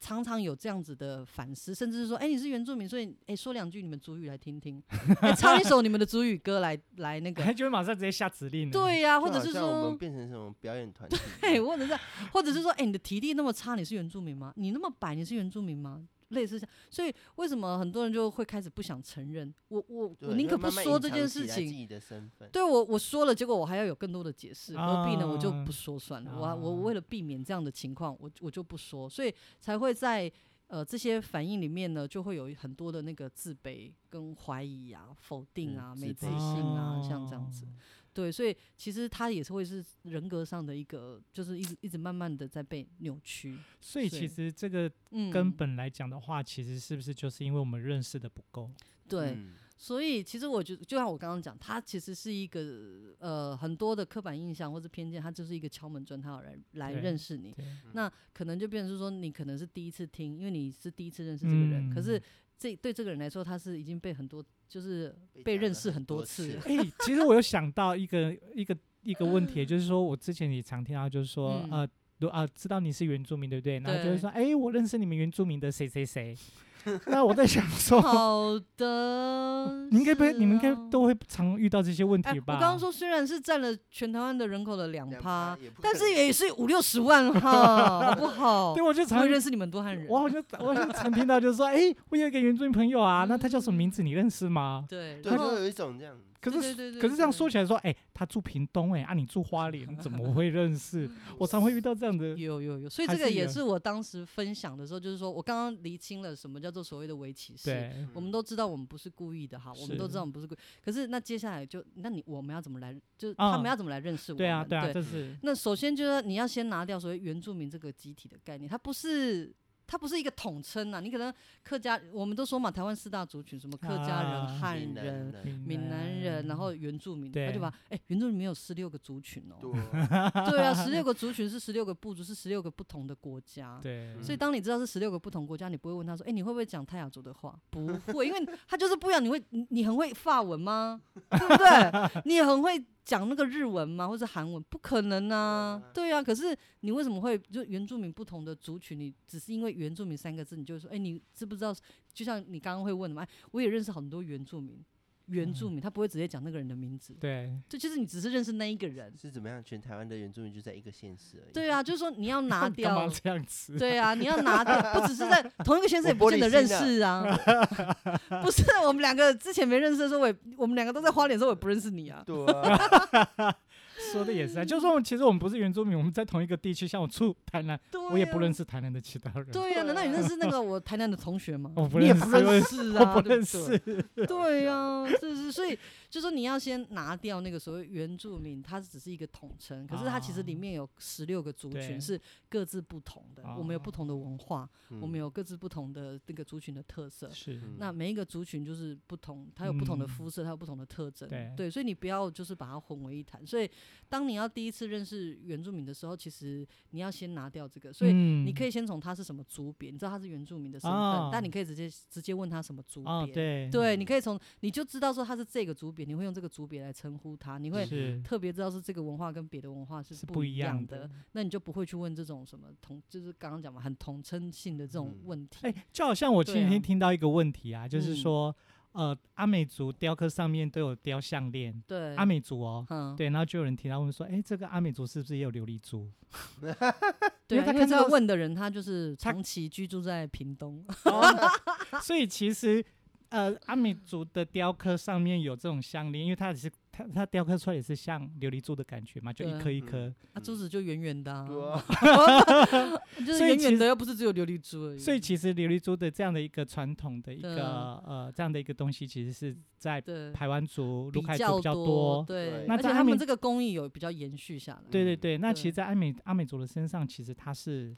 [SPEAKER 2] 常常有这样子的反思，甚至是说，哎、你是原住民，所以哎、说两句你们族语来听听，哎唱一首你们的族语歌来来 那 个，
[SPEAKER 1] 他就会马上直接下指令了。
[SPEAKER 2] 对呀、
[SPEAKER 3] 就
[SPEAKER 2] 或者
[SPEAKER 3] 好
[SPEAKER 2] 是
[SPEAKER 3] 像我们
[SPEAKER 2] 说。
[SPEAKER 3] 变成什么表演团体一
[SPEAKER 2] 哎，
[SPEAKER 3] 样，
[SPEAKER 2] 或者是，或者是说，哎、你的体力那么差，你是原住民吗？你那么白，你是原住民吗？类似这样，所以为什么很多人就会开始不想承认？我我
[SPEAKER 3] 对
[SPEAKER 2] 我宁
[SPEAKER 3] 就
[SPEAKER 2] 可
[SPEAKER 3] 慢
[SPEAKER 2] 不
[SPEAKER 3] 慢
[SPEAKER 2] 说
[SPEAKER 3] 隐
[SPEAKER 2] 这
[SPEAKER 3] 藏
[SPEAKER 2] 件
[SPEAKER 3] 起
[SPEAKER 2] 事
[SPEAKER 3] 来
[SPEAKER 2] 情
[SPEAKER 3] 自，己的身份，
[SPEAKER 2] 对我我说了，结果我还要有更多的解释，何必呢？我就
[SPEAKER 1] 啊
[SPEAKER 2] 不说算了。我我
[SPEAKER 1] 啊
[SPEAKER 2] 为了避免这样的情况，我我就不说，所以才会在呃这些反应里面呢，就会有很多的那个自卑、跟怀疑啊、否定
[SPEAKER 3] 嗯
[SPEAKER 2] 啊、
[SPEAKER 3] 自
[SPEAKER 2] 没
[SPEAKER 3] 卑
[SPEAKER 2] 自信啊，像这样子
[SPEAKER 1] 哦。。
[SPEAKER 2] 对，所以其实他也是会是人格上的一个，就是一直一直慢慢的在被扭曲。
[SPEAKER 1] 所以其
[SPEAKER 2] 是
[SPEAKER 1] 实这个
[SPEAKER 2] 嗯，
[SPEAKER 1] 根本来讲的话，其实是不是就是因为我们认识的不够？
[SPEAKER 2] 对。
[SPEAKER 3] 嗯，
[SPEAKER 2] 所以其实我觉得，就像我刚刚讲，它其实是一个呃很多的刻板印象或者偏见，它就是一个敲门砖，它要来来
[SPEAKER 1] 对嗯
[SPEAKER 2] 认识你。
[SPEAKER 1] 对，
[SPEAKER 2] 那可能就变成是说，你可能是第一次听，因为你是第一次认识这个人，可是
[SPEAKER 1] 嗯
[SPEAKER 2] 这对这个人来说，他是已经被很多 就是
[SPEAKER 3] 被
[SPEAKER 2] 被
[SPEAKER 3] 讲
[SPEAKER 2] 认
[SPEAKER 3] 了
[SPEAKER 2] 识
[SPEAKER 3] 很
[SPEAKER 2] 很多
[SPEAKER 3] 多
[SPEAKER 2] 次
[SPEAKER 3] 次
[SPEAKER 2] 了
[SPEAKER 3] 了。
[SPEAKER 1] 哎、其实我有想到一个一个一个问题，就是说我之前也常听到，就是说、呃
[SPEAKER 2] 嗯
[SPEAKER 1] 呃。如啊，知道你是原住民，对不对？然后就会
[SPEAKER 2] 对
[SPEAKER 1] 说，哎、我认识你们原住民的谁谁谁，那我在想说，
[SPEAKER 2] 好 的，
[SPEAKER 1] 你应该不会，
[SPEAKER 2] 是
[SPEAKER 1] 你们应该
[SPEAKER 2] 啊
[SPEAKER 1] 都会常遇到这些问
[SPEAKER 2] 哎
[SPEAKER 1] 题吧？
[SPEAKER 2] 我刚刚说，虽然是占了全台湾的人口的两
[SPEAKER 3] 两
[SPEAKER 2] 趴，
[SPEAKER 3] 也不
[SPEAKER 2] 但
[SPEAKER 3] 可
[SPEAKER 2] 是
[SPEAKER 3] 能
[SPEAKER 2] 也是五六十万了哈，好不 好
[SPEAKER 1] 对，？我就
[SPEAKER 2] 我
[SPEAKER 1] 常
[SPEAKER 2] 也认识你们多汉人，
[SPEAKER 1] 我好像我好像常听到，就是说，哎、我有一个原住民朋友啊，那他叫什么名字？你认识吗？
[SPEAKER 2] 对，
[SPEAKER 3] 对，
[SPEAKER 2] 然后
[SPEAKER 3] 就有一种这样，
[SPEAKER 1] 可是
[SPEAKER 2] 对对对
[SPEAKER 1] 可是这样说
[SPEAKER 2] 对
[SPEAKER 1] 起来说，哎、他住屏东、哎，啊，你住花莲，怎么会认识？我常会遇到这样的，
[SPEAKER 2] 有有有，所以
[SPEAKER 1] 还
[SPEAKER 2] 这个
[SPEAKER 1] 是
[SPEAKER 2] 也
[SPEAKER 1] 有
[SPEAKER 2] 是我当时分享的时候，就是说我刚刚厘清了什么叫做所谓的围棋士。
[SPEAKER 1] 对，
[SPEAKER 2] 我们都知道我们不是故意的哈，我们都
[SPEAKER 1] 是
[SPEAKER 2] 知道我们不是故意。可是那接下来就，那你我们要怎么来，就是他们
[SPEAKER 1] 啊
[SPEAKER 2] 要怎么来认识我们？
[SPEAKER 1] 对啊，
[SPEAKER 2] 对
[SPEAKER 1] 对啊，这是
[SPEAKER 2] 那首先就是你要先拿掉所谓原住民这个集体的概念，它不是它不是一个统称啊。你可能客家，我们都说嘛，台湾四大族群，什么客家人、
[SPEAKER 1] 啊
[SPEAKER 2] 汉
[SPEAKER 3] 闽南
[SPEAKER 2] 人、
[SPEAKER 3] 人
[SPEAKER 2] 闽南人，然后原住民，他
[SPEAKER 1] 对
[SPEAKER 2] 就把哎、原住民没有十六个族群哦，
[SPEAKER 3] 对，
[SPEAKER 2] 对啊，十六个族群是十六个部族，是十六个不同的国家。
[SPEAKER 1] 对，嗯
[SPEAKER 2] 所以，当你知道是十六个不同国家，你不会问他说：“哎、你会不会讲泰雅族的话？”不会，因为他就是不一样。你会，你你很会法文吗？对不对？你很会讲那个日文吗？或是韩文？不可能啊！对啊，可是你为什么会就原住民不同的族群？你只是因为原住民三个字，你就会说：“哎、你知不知道？”就像你刚刚会问的嘛，哎，我也认识很多原住民。原住民他不会直接讲那个人的名字，
[SPEAKER 1] 对，
[SPEAKER 2] 这就是你只是认识那一个人。
[SPEAKER 3] 是怎么样？全台湾的原住民就在一个县市而已。
[SPEAKER 2] 对啊，就是说 你要拿
[SPEAKER 1] 干嘛
[SPEAKER 2] 掉
[SPEAKER 1] 这样子？
[SPEAKER 2] 对啊，你要拿掉，不只是 在同一个先生，也不
[SPEAKER 3] 我玻
[SPEAKER 2] 见
[SPEAKER 3] 璃
[SPEAKER 2] 得认
[SPEAKER 3] 心啊
[SPEAKER 2] 识啊。 不是，我们两个之前没认识的时候，我也我们两个都在花莲的时候，我也不认识你啊。
[SPEAKER 3] 对啊，
[SPEAKER 1] 说的也是啊，就算我们其实我们不是原住民，我们在同一个地区，像我住台南，
[SPEAKER 2] 对啊，
[SPEAKER 1] 我也不认识台南的其他人，
[SPEAKER 2] 对啊，难道你认识那个我台南的同学吗？
[SPEAKER 1] 我不
[SPEAKER 2] 你也
[SPEAKER 1] 认
[SPEAKER 2] 不
[SPEAKER 1] 识
[SPEAKER 2] 认识啊，
[SPEAKER 1] 我不
[SPEAKER 2] 对
[SPEAKER 1] 认
[SPEAKER 2] 对
[SPEAKER 1] 识。
[SPEAKER 2] 对啊，是是，所以就说你要先拿掉那个所谓原住民，它只是一个统称，可是它其实里
[SPEAKER 1] 啊
[SPEAKER 2] 面有十六个族群
[SPEAKER 1] 对哦
[SPEAKER 2] 是各自不同的，我们有不同的文化，我
[SPEAKER 1] 嗯
[SPEAKER 2] 们
[SPEAKER 3] 有
[SPEAKER 2] 有各自不同的那个族群的特色。
[SPEAKER 1] 是
[SPEAKER 2] 那每一个族群就是不同，它有不同的
[SPEAKER 1] 嗯
[SPEAKER 2] 肤色，它有不同的特征，
[SPEAKER 1] 对
[SPEAKER 2] 所以你不要就是把它混为一谈。所以当你要第一次认识原住民的时候，其实你要先拿掉这个，所以你
[SPEAKER 1] 你
[SPEAKER 2] 可以先从他是什么族别，你知道他是原住民的身份，
[SPEAKER 1] 啊
[SPEAKER 2] 但你可以直接直接问他什么族别，
[SPEAKER 1] 啊，对
[SPEAKER 2] 对，
[SPEAKER 3] 嗯
[SPEAKER 2] 你可以从你就知道说他是这个族别，你会用这个族别来称呼他，你会
[SPEAKER 1] 是
[SPEAKER 2] 特别知道是这个文化跟别的文化是
[SPEAKER 1] 是
[SPEAKER 2] 不
[SPEAKER 1] 不
[SPEAKER 2] 一
[SPEAKER 1] 一
[SPEAKER 2] 样
[SPEAKER 1] 样
[SPEAKER 2] 的，
[SPEAKER 1] 的。
[SPEAKER 2] 那你就不会去问这种什么同，就是刚刚讲嘛，很统称性的这种
[SPEAKER 3] 嗯
[SPEAKER 2] 问题。
[SPEAKER 1] 哎、就好像我
[SPEAKER 2] 对
[SPEAKER 1] 前
[SPEAKER 2] 啊
[SPEAKER 1] 天听到一个问题啊，就是
[SPEAKER 2] 嗯
[SPEAKER 1] 说，呃，阿美族雕刻上面都有雕项链，
[SPEAKER 2] 对，
[SPEAKER 1] 阿美族哦。
[SPEAKER 2] 嗯，
[SPEAKER 1] 对，然后就有人提到问说，哎、这个阿美族是不是也有琉璃珠？因
[SPEAKER 2] 对
[SPEAKER 1] 为
[SPEAKER 2] 啊，
[SPEAKER 1] 他
[SPEAKER 2] 因为
[SPEAKER 1] 看
[SPEAKER 2] 这个
[SPEAKER 1] 到
[SPEAKER 2] 问的人，他就是
[SPEAKER 1] 他
[SPEAKER 2] 长期居住在 屏东。
[SPEAKER 1] 所以其实，呃，阿美族的雕刻上面有这种项链，因为它只是它它雕刻出来也是像琉璃珠的感觉嘛，就
[SPEAKER 2] 对
[SPEAKER 1] 一
[SPEAKER 2] 啊
[SPEAKER 1] 颗一
[SPEAKER 3] 嗯
[SPEAKER 1] 颗。
[SPEAKER 2] 啊，珠子就圆圆的、
[SPEAKER 3] 对
[SPEAKER 2] 啊，
[SPEAKER 3] 啊，
[SPEAKER 2] 就是
[SPEAKER 1] 所以
[SPEAKER 2] 圆
[SPEAKER 1] 其
[SPEAKER 2] 圆
[SPEAKER 1] 实
[SPEAKER 2] 的，又不是只有琉璃珠而已。
[SPEAKER 1] 所以其实琉璃珠的这样的一个传统的一
[SPEAKER 2] 嗯对啊
[SPEAKER 1] 个呃这样的一个东西，其实是在
[SPEAKER 2] 对
[SPEAKER 1] 排湾族、卢凯族
[SPEAKER 2] 较
[SPEAKER 1] 比较
[SPEAKER 2] 多，
[SPEAKER 1] 多。
[SPEAKER 2] 对，
[SPEAKER 3] 那
[SPEAKER 2] 而且
[SPEAKER 1] 在
[SPEAKER 2] 他
[SPEAKER 1] 他
[SPEAKER 2] 们
[SPEAKER 1] 们
[SPEAKER 2] 这个工艺有比较延续下来，
[SPEAKER 1] 对对
[SPEAKER 3] 嗯
[SPEAKER 1] 对，那其
[SPEAKER 2] 对
[SPEAKER 1] 实，在阿美阿美族的身上，其实它是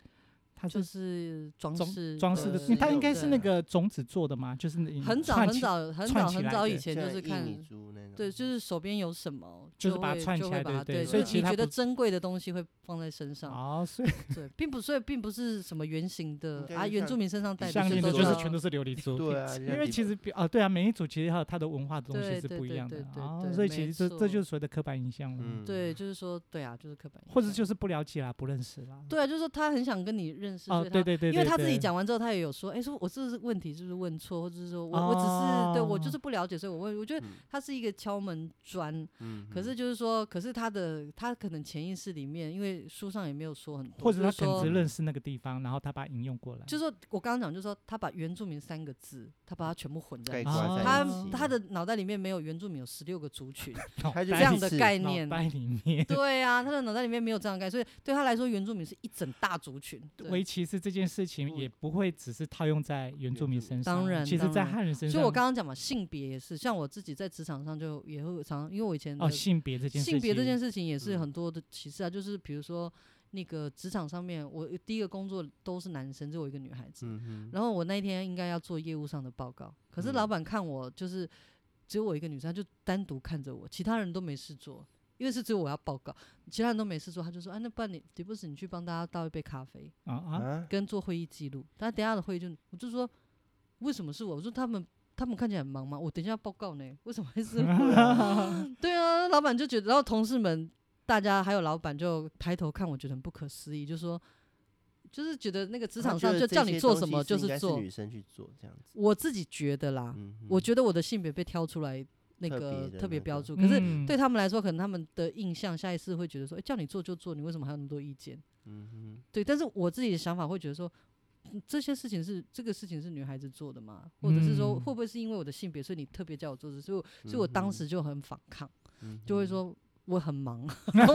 [SPEAKER 1] 它是
[SPEAKER 2] 就是装
[SPEAKER 1] 装
[SPEAKER 2] 饰
[SPEAKER 1] 装饰的
[SPEAKER 3] 呃，
[SPEAKER 1] 因为它应该
[SPEAKER 2] 对
[SPEAKER 1] 是那个种子做的嘛，就是你
[SPEAKER 2] 很早
[SPEAKER 1] 串
[SPEAKER 2] 很
[SPEAKER 1] 起，
[SPEAKER 2] 早很
[SPEAKER 1] 串
[SPEAKER 2] 早
[SPEAKER 1] 起
[SPEAKER 2] 很
[SPEAKER 1] 来
[SPEAKER 2] 早以
[SPEAKER 1] 的
[SPEAKER 2] 前
[SPEAKER 3] 像
[SPEAKER 2] 就是
[SPEAKER 3] 印
[SPEAKER 2] 看。
[SPEAKER 3] 尼猪那种，
[SPEAKER 2] 对，就是手边有什么，
[SPEAKER 1] 就是把它
[SPEAKER 2] 会
[SPEAKER 1] 串
[SPEAKER 2] 就
[SPEAKER 1] 起
[SPEAKER 2] 会
[SPEAKER 1] 来
[SPEAKER 2] 把
[SPEAKER 1] 对
[SPEAKER 2] 它
[SPEAKER 1] 对
[SPEAKER 2] 对，
[SPEAKER 3] 所
[SPEAKER 2] 就
[SPEAKER 3] 以
[SPEAKER 2] 是
[SPEAKER 3] 其
[SPEAKER 1] 实
[SPEAKER 2] 你
[SPEAKER 1] 它
[SPEAKER 2] 觉得
[SPEAKER 1] 不
[SPEAKER 2] 珍贵的东西会放在身上，
[SPEAKER 1] 哦，所以
[SPEAKER 2] 对，并不是并不是什么原型的
[SPEAKER 3] 应该
[SPEAKER 2] 啊，
[SPEAKER 3] 是
[SPEAKER 2] 原
[SPEAKER 3] 像
[SPEAKER 2] 住民身上带
[SPEAKER 1] 项
[SPEAKER 3] 是
[SPEAKER 1] 链
[SPEAKER 3] 都
[SPEAKER 1] 的
[SPEAKER 3] 是
[SPEAKER 1] 就是
[SPEAKER 3] 要
[SPEAKER 1] 全都是琉璃珠，
[SPEAKER 3] 对啊，
[SPEAKER 1] 因为其实比啊对啊，每一组其实还有它的文化的东
[SPEAKER 2] 对
[SPEAKER 1] 西是
[SPEAKER 2] 对
[SPEAKER 1] 不
[SPEAKER 2] 对
[SPEAKER 1] 一样
[SPEAKER 2] 对
[SPEAKER 1] 的
[SPEAKER 2] 对
[SPEAKER 1] 啊
[SPEAKER 2] 对，
[SPEAKER 1] 所以
[SPEAKER 2] 没
[SPEAKER 1] 其实这这
[SPEAKER 2] 错
[SPEAKER 1] 就是所谓的刻板印象了，
[SPEAKER 2] 对，就是说，对啊，就是刻板
[SPEAKER 1] 嗯
[SPEAKER 2] 印
[SPEAKER 1] 或者
[SPEAKER 2] 象
[SPEAKER 1] 就是不了解啦，不认识啦。
[SPEAKER 2] 对啊，就是说他很想跟你认识，
[SPEAKER 1] 哦，
[SPEAKER 2] 所以
[SPEAKER 1] 对
[SPEAKER 2] 他
[SPEAKER 1] 对对，
[SPEAKER 2] 因为
[SPEAKER 1] 对
[SPEAKER 2] 他自己
[SPEAKER 1] 对
[SPEAKER 2] 讲完之后，他也有说，哎，说我这是问题是不是问错，或者是说我、我只是对我就是
[SPEAKER 1] 哦
[SPEAKER 2] 不了解，所以我问。我觉得
[SPEAKER 3] 嗯
[SPEAKER 2] 他是一个敲门砖，
[SPEAKER 3] 嗯，
[SPEAKER 2] 可是就是说，可是他的他可能潜意识里面，因为书上也没有说很多，
[SPEAKER 1] 或者
[SPEAKER 2] 就
[SPEAKER 1] 他
[SPEAKER 2] 是
[SPEAKER 1] 可能
[SPEAKER 2] 说
[SPEAKER 1] 只认识那个地方，然后他把它引用过来，
[SPEAKER 2] 就是说我刚刚讲，就是说他把原住民三个字，他把它全部混在
[SPEAKER 3] 概
[SPEAKER 2] 一
[SPEAKER 1] 括
[SPEAKER 2] 起。
[SPEAKER 3] 括
[SPEAKER 1] 哦
[SPEAKER 3] 在
[SPEAKER 2] 他
[SPEAKER 3] 一起，
[SPEAKER 2] 他的脑袋里面没有原住民有十六个族 群
[SPEAKER 1] 脑
[SPEAKER 3] 他就
[SPEAKER 2] 这
[SPEAKER 1] 袋
[SPEAKER 2] 样
[SPEAKER 1] 里
[SPEAKER 2] 的
[SPEAKER 3] 是
[SPEAKER 2] 概
[SPEAKER 1] 脑
[SPEAKER 2] 念，
[SPEAKER 1] 袋里 面。
[SPEAKER 2] 对啊，他的脑袋里面没有这样的概念，所以对他来说，原住民是一整大族群。 对
[SPEAKER 1] 围棋是这件事情
[SPEAKER 3] 不
[SPEAKER 1] 也不会只是套用在原住民身上，
[SPEAKER 2] 当然
[SPEAKER 1] 其实
[SPEAKER 2] 当
[SPEAKER 1] 在
[SPEAKER 2] 然
[SPEAKER 1] 汉人身
[SPEAKER 2] 所
[SPEAKER 1] 上，哦
[SPEAKER 2] 以我刚刚讲嘛，性别也是，像我自己在职场上就也会常，因为我以前的
[SPEAKER 1] 哦性 别这件事情，
[SPEAKER 2] 性别这件事情也是
[SPEAKER 3] 嗯
[SPEAKER 2] 很多的歧视啊，就是比如说那个职场上面，我呃第一个工作都是男生，只有我一个女孩子，
[SPEAKER 3] 嗯哼，
[SPEAKER 2] 然后我那天应该要做业务上的报告，可是老
[SPEAKER 3] 嗯
[SPEAKER 2] 板看我就是只有我一个女生，他就单独看着我，其他人都没事做。因为是只有我要报告，其他人都没事做，他就说：“啊，那不然你，迪布斯，你去帮大家倒一杯咖啡。”
[SPEAKER 1] 啊啊，
[SPEAKER 3] 啊，
[SPEAKER 2] 跟做会议记录。但等一下的会议就，我就说，为什么是我？我说他们他们看起来很忙吗？我等一下要报告呢，为什么会是我？对啊，老板就觉得，然后同事们大家还有老板就抬头看，我觉得很不可思议，就说。就是觉得那个职
[SPEAKER 3] 他
[SPEAKER 2] 场
[SPEAKER 3] 觉
[SPEAKER 2] 上
[SPEAKER 3] 得
[SPEAKER 2] 就
[SPEAKER 3] 这
[SPEAKER 2] 叫
[SPEAKER 3] 些
[SPEAKER 2] 你做
[SPEAKER 3] 东
[SPEAKER 2] 什
[SPEAKER 3] 西
[SPEAKER 2] 么就是
[SPEAKER 3] 应该是
[SPEAKER 2] 做。
[SPEAKER 3] 女生去做这样子。
[SPEAKER 2] 我自己觉得啦，
[SPEAKER 3] 嗯哼，
[SPEAKER 2] 我觉得我的性别被挑出来那
[SPEAKER 3] 特别
[SPEAKER 2] 个
[SPEAKER 3] 的
[SPEAKER 2] 特别
[SPEAKER 3] 那
[SPEAKER 2] 标
[SPEAKER 3] 个
[SPEAKER 2] 注，可是
[SPEAKER 1] 嗯
[SPEAKER 2] 对他们来说，可能他们的印象下一次会觉得说，哎，叫你做就做，你为什么还有那么多意见？
[SPEAKER 3] 嗯
[SPEAKER 2] 对，但是我自己的想法会觉得说。嗯这些事情是这个事情是女孩子做的吗？或者是说，
[SPEAKER 1] 嗯
[SPEAKER 2] 会不会是因为我的性别，所以你特别叫我做这？所以我，
[SPEAKER 3] 哼，
[SPEAKER 2] 所以我
[SPEAKER 3] 嗯
[SPEAKER 2] 当
[SPEAKER 3] 哼
[SPEAKER 2] 时就很反抗，
[SPEAKER 3] 嗯
[SPEAKER 2] 就会
[SPEAKER 3] 哼
[SPEAKER 2] 说我很 忙，我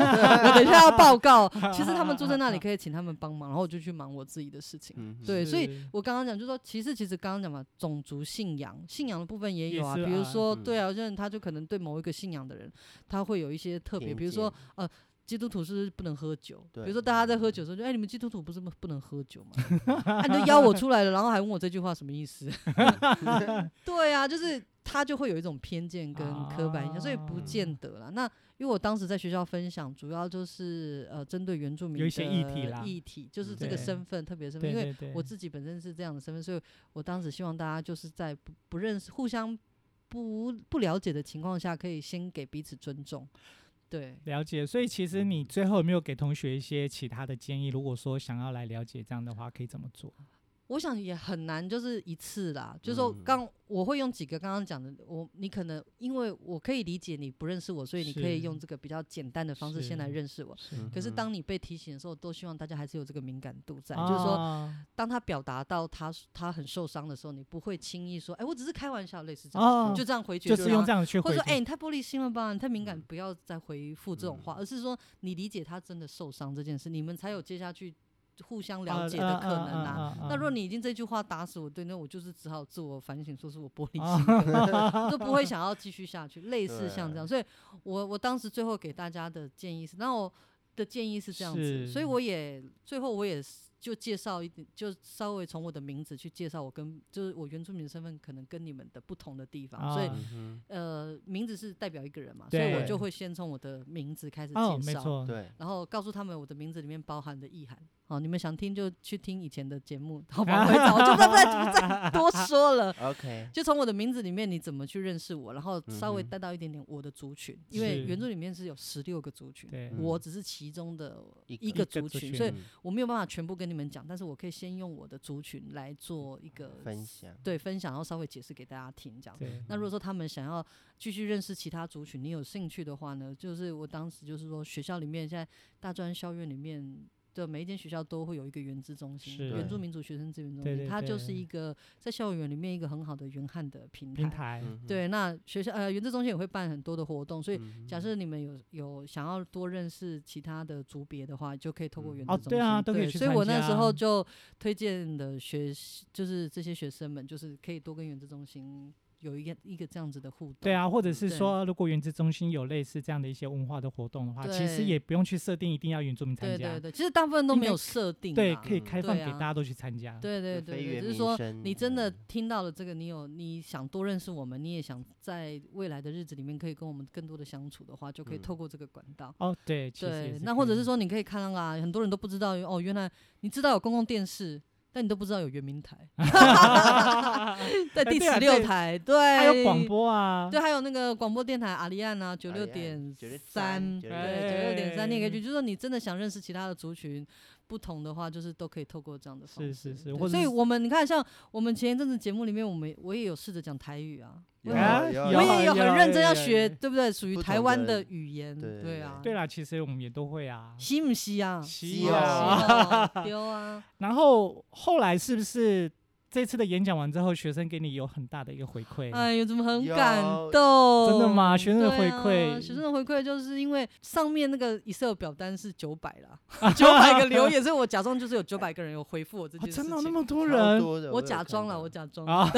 [SPEAKER 2] 等一下要报告。其实他们坐在那里可以请他们帮忙，然后我就去忙我自己的事情。
[SPEAKER 3] 嗯哼
[SPEAKER 2] 对所以
[SPEAKER 1] 是
[SPEAKER 2] 我刚刚讲，就是说，其实其实刚刚讲嘛，种族信仰，信仰的部分也
[SPEAKER 1] 也
[SPEAKER 2] 有啊。
[SPEAKER 1] 是
[SPEAKER 2] 比如
[SPEAKER 1] 啊
[SPEAKER 2] 说，
[SPEAKER 3] 嗯
[SPEAKER 2] 对啊，有些人他就可能对某一个信仰的人，他会有一些特别，
[SPEAKER 3] 偏
[SPEAKER 2] 比如说
[SPEAKER 3] 见
[SPEAKER 2] 基督徒是不是不能喝酒，比如
[SPEAKER 3] 对
[SPEAKER 2] 说大家在喝酒的时候就，哎，你们基督徒不是不不能喝 酒吗？啊，你就邀我出来了，然后还问我这句话什么意思？对啊， 就是他就会有一种偏见跟刻板印象，所以不
[SPEAKER 1] 啊
[SPEAKER 2] 见得啦。那因为我当时在学校分享，主要就是呃，针对原住民
[SPEAKER 1] 有一些议
[SPEAKER 2] 的
[SPEAKER 1] 题啦
[SPEAKER 2] 议题就是
[SPEAKER 3] 嗯
[SPEAKER 2] 这个
[SPEAKER 1] 对
[SPEAKER 2] 身份，特别身份，
[SPEAKER 1] 对
[SPEAKER 2] 因为
[SPEAKER 1] 对对，
[SPEAKER 2] 我自己本身是这样的身份，所以我当时希望大家就是在不不认识、互相不不了解的情况下，可以先给彼此尊重。对，
[SPEAKER 1] 了解。所以其实你最后有没有给同学一些其他的建议？如果说想要来了解这样的话，可以怎么做？
[SPEAKER 2] 我想也很难，就是一次啦。就是说
[SPEAKER 3] 嗯
[SPEAKER 2] 刚，我会用几个刚刚讲的，我你可能因为我可以理解你不认识我，所以你可以
[SPEAKER 1] 是
[SPEAKER 2] 用这个比较简单的方式先来
[SPEAKER 1] 是
[SPEAKER 2] 认识我。
[SPEAKER 1] 是
[SPEAKER 3] 嗯
[SPEAKER 2] 可是
[SPEAKER 3] 哼
[SPEAKER 2] 当你被提醒的时候，都希望大家还是有这个敏感度在，就是
[SPEAKER 1] 哦
[SPEAKER 2] 说，当他表达到他他很受伤的时候，你不会轻易说，哎、我只是开玩笑，类似这样，
[SPEAKER 1] 哦
[SPEAKER 2] 就这样回绝，
[SPEAKER 1] 就是
[SPEAKER 2] 让
[SPEAKER 1] 用
[SPEAKER 2] 他
[SPEAKER 1] 这样去
[SPEAKER 2] 或
[SPEAKER 1] 回
[SPEAKER 2] 者
[SPEAKER 1] 复，
[SPEAKER 2] 说，哎、你太玻璃心了吧，你太敏感，
[SPEAKER 3] 嗯
[SPEAKER 2] 不要再回复这种话，
[SPEAKER 3] 嗯
[SPEAKER 2] 而是说你理解他真的受伤这件事，你们才有接下去互相
[SPEAKER 1] 啊
[SPEAKER 2] 了解的可能啊。
[SPEAKER 1] 啊啊啊啊
[SPEAKER 2] 那如果你已经这句话打死我，对，那我就是只好自我反省，说是我玻
[SPEAKER 1] 哦啊
[SPEAKER 2] 璃 心了，就不会想要继续下去。类似像这样，所以我我当时最后给大家的建议是，那我的建议是这样子，
[SPEAKER 1] 是
[SPEAKER 2] 所以我也最后我也是就介绍一点，就稍微从我的名字去介绍我跟就是我原住民身份可能跟你们的不同的地方，所以
[SPEAKER 1] 啊
[SPEAKER 3] 嗯哼
[SPEAKER 2] 呃，名字是代表一个人嘛，所以我
[SPEAKER 1] 对
[SPEAKER 2] 就会先从我的名字开始
[SPEAKER 1] 哦，
[SPEAKER 2] 介
[SPEAKER 1] 没
[SPEAKER 2] 绍，
[SPEAKER 1] 错，
[SPEAKER 3] 对，
[SPEAKER 2] 然后告诉他们我的名字里面包含的意涵。好，你们想听就去听以前的节目，好 吧？我会找，我就再不再不再多说了。
[SPEAKER 3] OK，
[SPEAKER 2] 就从我的名字里面，你怎么去认识我，然后稍微
[SPEAKER 3] 嗯哼
[SPEAKER 2] 带到一点点我的族群，因为
[SPEAKER 1] 是
[SPEAKER 2] 原著里面是有十六个族群，
[SPEAKER 1] 对，
[SPEAKER 2] 嗯我只是其中的
[SPEAKER 3] 嗯一个
[SPEAKER 2] 一
[SPEAKER 3] 一
[SPEAKER 2] 个
[SPEAKER 1] 个
[SPEAKER 2] 族
[SPEAKER 1] 族
[SPEAKER 2] 群，
[SPEAKER 1] 群
[SPEAKER 2] 所以
[SPEAKER 3] 嗯
[SPEAKER 2] 我没有办法全部跟你们讲，但是我可以先用我的族群来做一个
[SPEAKER 3] 分享，
[SPEAKER 2] 对分享，然后稍微解释给大家听，这样。
[SPEAKER 1] 对，
[SPEAKER 2] 那如果说他们想要继续认识其他族群，你有兴趣的话呢，就是我当时就是说，学校里面现在大专校院里面的每一间学校都会有一个原资中心，
[SPEAKER 1] 是
[SPEAKER 2] 原
[SPEAKER 3] 对
[SPEAKER 2] 住民族学生资源中心，
[SPEAKER 1] 对对
[SPEAKER 2] 它就是
[SPEAKER 1] 对
[SPEAKER 2] 一个在校园里面一个很好的援汉的平台。
[SPEAKER 1] 平台
[SPEAKER 3] 嗯哼，
[SPEAKER 2] 对，那学校呃，原资中心也会办很多的活动，所以
[SPEAKER 3] 嗯哼
[SPEAKER 2] 假设你们有有想要多认识其他的族别的话，就可以透过
[SPEAKER 3] 嗯
[SPEAKER 2] 原子
[SPEAKER 1] 哦
[SPEAKER 2] 中心。
[SPEAKER 1] 对啊都可以去
[SPEAKER 2] 所以我那
[SPEAKER 1] 参
[SPEAKER 2] 时候
[SPEAKER 1] 加
[SPEAKER 2] 就推荐的学，就是这些学生们，就是可以多跟原子中心有一个一个这样子的互动。
[SPEAKER 1] 对
[SPEAKER 2] 啊，
[SPEAKER 1] 啊，或者是
[SPEAKER 2] 对
[SPEAKER 1] 说，如果原子中心有类似这样的一些文化的活动的话，其实也不用去设定一定要原住民参
[SPEAKER 2] 对对
[SPEAKER 1] 加，
[SPEAKER 2] 对，其实大部分都
[SPEAKER 1] 应
[SPEAKER 2] 没
[SPEAKER 1] 该
[SPEAKER 2] 有设定啦。
[SPEAKER 1] 对，可以
[SPEAKER 3] 嗯
[SPEAKER 1] 开放
[SPEAKER 2] 对
[SPEAKER 1] 给大
[SPEAKER 2] 啊
[SPEAKER 1] 家都去参加。
[SPEAKER 2] 对对
[SPEAKER 3] 就
[SPEAKER 2] 对
[SPEAKER 3] 非
[SPEAKER 2] 对，
[SPEAKER 3] 原
[SPEAKER 2] 就是
[SPEAKER 3] 民
[SPEAKER 2] 说
[SPEAKER 3] 生
[SPEAKER 2] 你真的
[SPEAKER 3] 嗯
[SPEAKER 2] 听到了这个，你有你想多认识我们，你也想在未来的日子里面可以跟我们更多的相处的话，就可以
[SPEAKER 3] 嗯
[SPEAKER 2] 透过这个管道。
[SPEAKER 1] 哦，对，其实也
[SPEAKER 2] 对，
[SPEAKER 1] 是
[SPEAKER 2] 那
[SPEAKER 1] 可
[SPEAKER 2] 或者
[SPEAKER 1] 以
[SPEAKER 2] 是说，你可以看到啊，很多人都不知道哦，原来你知道有公共电视，但你都不知道有圆 明台，在第
[SPEAKER 1] 对啊
[SPEAKER 2] 十六
[SPEAKER 1] 对
[SPEAKER 2] 台，对，
[SPEAKER 1] 还有哎广，播啊，
[SPEAKER 2] 哎对，还有那个广播电台阿利安啊，九六点三，
[SPEAKER 3] 96.3
[SPEAKER 2] 对，
[SPEAKER 1] 哎
[SPEAKER 2] 九六点三，你也可以去，就是说你真的想认识其他的族群不同的话，就是都可以透过这样的方式，
[SPEAKER 1] 是是是
[SPEAKER 2] 对
[SPEAKER 1] 或者
[SPEAKER 2] 所以
[SPEAKER 1] 是
[SPEAKER 2] 我们你看，像我们前一阵子节目里面，我们我也有试着讲台语啊，我
[SPEAKER 3] 有
[SPEAKER 2] 也
[SPEAKER 1] 啊
[SPEAKER 3] 有
[SPEAKER 2] 我也
[SPEAKER 1] 有
[SPEAKER 2] 很认真要学，
[SPEAKER 1] 有
[SPEAKER 2] 对不对？属于
[SPEAKER 3] 不
[SPEAKER 2] 台
[SPEAKER 3] 同
[SPEAKER 2] 湾
[SPEAKER 3] 的
[SPEAKER 2] 的语言，
[SPEAKER 3] 对
[SPEAKER 2] 对啊，
[SPEAKER 1] 对啦，其实我们也都会啊，
[SPEAKER 2] 吸唔吸啊？
[SPEAKER 1] 是
[SPEAKER 3] 是
[SPEAKER 1] 啊
[SPEAKER 3] 啊。
[SPEAKER 2] 啊，丢啊！
[SPEAKER 1] 然后后来是不是这次的演讲完之后，学生给你有很大的一个回馈？
[SPEAKER 2] 哎呦，怎么很
[SPEAKER 3] 有
[SPEAKER 2] 感动？
[SPEAKER 1] 真的吗学生的
[SPEAKER 2] 对
[SPEAKER 1] 回馈哦
[SPEAKER 2] 啊学生的回馈就是因为上面那个 Excel 表单是九百 啦，九百个留言，所以我假装就是有九百个人有回复我这
[SPEAKER 1] 哦
[SPEAKER 2] 件事
[SPEAKER 1] 真
[SPEAKER 2] 情。
[SPEAKER 1] 的有那么多
[SPEAKER 3] 超
[SPEAKER 1] 人
[SPEAKER 3] 多的
[SPEAKER 2] 我假装了，
[SPEAKER 3] 了，
[SPEAKER 2] 我假装。
[SPEAKER 1] 啊？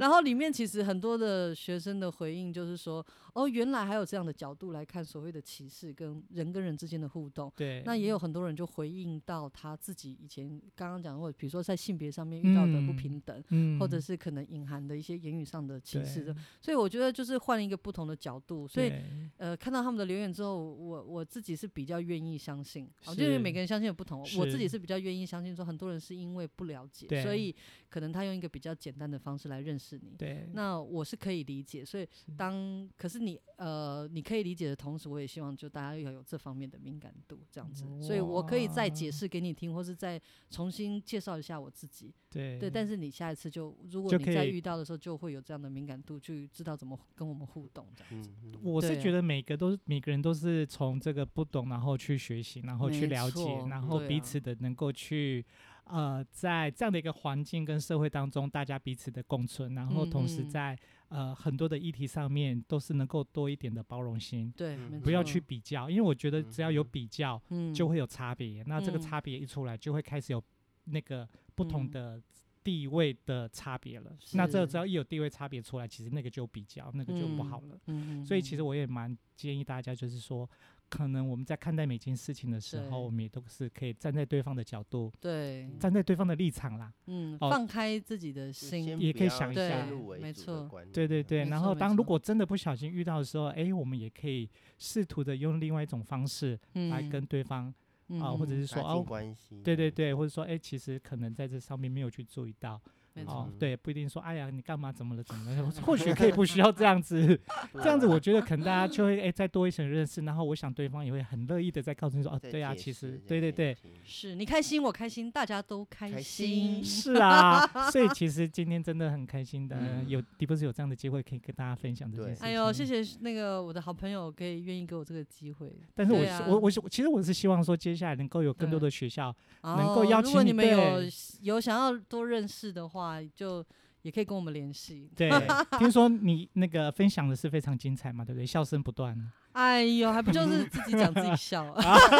[SPEAKER 2] 然后里面其实很多的学生的回应就是说，哦，原来还有这样的角度来看所谓的歧视跟人跟人之间的互动。
[SPEAKER 1] 对，
[SPEAKER 2] 那也有很多人就回应到他自己以前刚刚讲过，比如说在性别上面遇到的
[SPEAKER 1] 嗯
[SPEAKER 2] 不
[SPEAKER 1] 嗯
[SPEAKER 2] 平等，
[SPEAKER 1] 嗯，
[SPEAKER 2] 或者是可能隐含的一些言语上的歧视
[SPEAKER 1] 对
[SPEAKER 2] 的。所以我觉得就是换一个不同的角度，所以
[SPEAKER 1] 对
[SPEAKER 2] 呃，看到他们的留言之后，我我自己是比较愿意相信，哦我觉得每
[SPEAKER 1] 是
[SPEAKER 2] 个人相信有不同，我自己
[SPEAKER 1] 是
[SPEAKER 2] 是比较愿意相信说，很多人是因为不了解，所
[SPEAKER 1] 对
[SPEAKER 2] 以可能他用一个比较简单的方式来认识你。
[SPEAKER 1] 对，
[SPEAKER 2] 那我是可以理解，所以
[SPEAKER 1] 是
[SPEAKER 2] 当可是你呃，你可以理解的同时，我也希望就大家要有这方面的敏感度，这样子，所以我可以再解
[SPEAKER 1] 哇
[SPEAKER 2] 释给你听，或是再重新介绍一下我自己。
[SPEAKER 1] 对
[SPEAKER 2] 对，但是你下一次就如果
[SPEAKER 1] 就
[SPEAKER 2] 你
[SPEAKER 1] 可
[SPEAKER 2] 再
[SPEAKER 1] 以
[SPEAKER 2] 遇到的时候，就会有这样的敏感度，去知道怎么跟我们互动这样子。
[SPEAKER 3] 嗯，嗯
[SPEAKER 1] 我是
[SPEAKER 2] 对
[SPEAKER 1] 觉得每个都每个人都是从这个不懂，然后去学习，然后去
[SPEAKER 2] 没
[SPEAKER 1] 了解
[SPEAKER 2] 错，
[SPEAKER 1] 然后
[SPEAKER 2] 对
[SPEAKER 1] 彼
[SPEAKER 2] 啊
[SPEAKER 1] 此的能够去，呃，在这样的一个环境跟社会当中，大家彼此的共存，然后同时
[SPEAKER 2] 嗯嗯
[SPEAKER 1] 在、呃很多的议题上面都是能够多一点的包容心，
[SPEAKER 2] 对，
[SPEAKER 3] 嗯
[SPEAKER 2] 没
[SPEAKER 1] 不要
[SPEAKER 2] 错
[SPEAKER 1] 去，比较，因为我觉得只要有
[SPEAKER 3] 嗯嗯
[SPEAKER 1] 比较，
[SPEAKER 2] 嗯，
[SPEAKER 1] 就会有差别。那这个
[SPEAKER 2] 嗯
[SPEAKER 1] 差别一出来，就会开始有那个不同
[SPEAKER 2] 嗯
[SPEAKER 1] 的地位的差别了。那这
[SPEAKER 2] 是
[SPEAKER 1] 只要一有地位差别出来，其实那个就比较，那个就不好
[SPEAKER 2] 嗯
[SPEAKER 1] 了。
[SPEAKER 2] 嗯，嗯
[SPEAKER 1] 所以其
[SPEAKER 2] 嗯
[SPEAKER 1] 实我也蛮建议大家，就是说，可能我们在看待每件事情的时
[SPEAKER 2] 对
[SPEAKER 1] 候，我们也都是可以站在对方的角度，
[SPEAKER 2] 对，
[SPEAKER 1] 站在对方的立场啦。
[SPEAKER 2] 嗯，
[SPEAKER 1] 哦
[SPEAKER 2] 放开自己的
[SPEAKER 3] 就
[SPEAKER 2] 心，
[SPEAKER 3] 先
[SPEAKER 1] 也
[SPEAKER 3] 不
[SPEAKER 1] 可以
[SPEAKER 3] 要
[SPEAKER 1] 想一
[SPEAKER 3] 先
[SPEAKER 1] 下
[SPEAKER 3] 入为
[SPEAKER 2] 对没
[SPEAKER 3] 主的
[SPEAKER 2] 错
[SPEAKER 3] 观念
[SPEAKER 1] 对对
[SPEAKER 3] 这
[SPEAKER 1] 对，
[SPEAKER 3] 样
[SPEAKER 2] 没
[SPEAKER 1] 然
[SPEAKER 2] 错
[SPEAKER 1] 后
[SPEAKER 2] 没
[SPEAKER 1] 当如
[SPEAKER 2] 错
[SPEAKER 1] 果真的不小心遇到的时候，哎，我们也可以试图的用另外一种方式来
[SPEAKER 2] 嗯
[SPEAKER 1] 跟对方啊、
[SPEAKER 2] 嗯
[SPEAKER 1] 或者
[SPEAKER 2] 嗯
[SPEAKER 1] 是说
[SPEAKER 3] 拉近
[SPEAKER 1] 哦，
[SPEAKER 3] 关系，
[SPEAKER 1] 对对，对，或者说哎，其实可能在这上面没有去注意到，
[SPEAKER 2] 没错
[SPEAKER 1] 哦
[SPEAKER 3] 嗯，
[SPEAKER 1] 对，不一定说哎呀你干嘛怎么了怎么了，或许可以不需要这样子，这样子
[SPEAKER 3] 啊
[SPEAKER 1] 我觉得可能大家就会哎再多一层认识，然后我想对方也会很乐意的再告诉你说哦，
[SPEAKER 3] 再
[SPEAKER 1] 对啊，
[SPEAKER 3] 解
[SPEAKER 1] 其
[SPEAKER 3] 释
[SPEAKER 1] 实
[SPEAKER 3] 这
[SPEAKER 1] 对对
[SPEAKER 3] 样
[SPEAKER 1] 对
[SPEAKER 3] 也，行
[SPEAKER 2] 是你开心，我开心，大家都开
[SPEAKER 3] 开
[SPEAKER 2] 心
[SPEAKER 3] 心。
[SPEAKER 1] 是啊， 所以其实今天真的很开心的，呃
[SPEAKER 3] 嗯
[SPEAKER 1] 有迪布斯有这样的机会可以跟大家分享这件
[SPEAKER 3] 对
[SPEAKER 1] 事情。
[SPEAKER 2] 哎呦，谢。谢那个我的好朋友，可以愿意给我这个机会。
[SPEAKER 1] 但是我
[SPEAKER 2] 对
[SPEAKER 1] 是、
[SPEAKER 2] 啊嗯
[SPEAKER 1] 我我是其实我是希望说，接下来能够有更多
[SPEAKER 2] 对
[SPEAKER 1] 的学 校，能
[SPEAKER 2] 哦
[SPEAKER 1] 够邀
[SPEAKER 2] 如果
[SPEAKER 1] 请
[SPEAKER 2] 你
[SPEAKER 1] 你
[SPEAKER 2] 们有
[SPEAKER 1] 对
[SPEAKER 2] 有想要多认识的话，就也可以跟我们联系。
[SPEAKER 1] 对，听说你那个分享的是非常精彩嘛，对不对？笑声不断，
[SPEAKER 2] 哎呦，还不就是自己讲自己笑啊？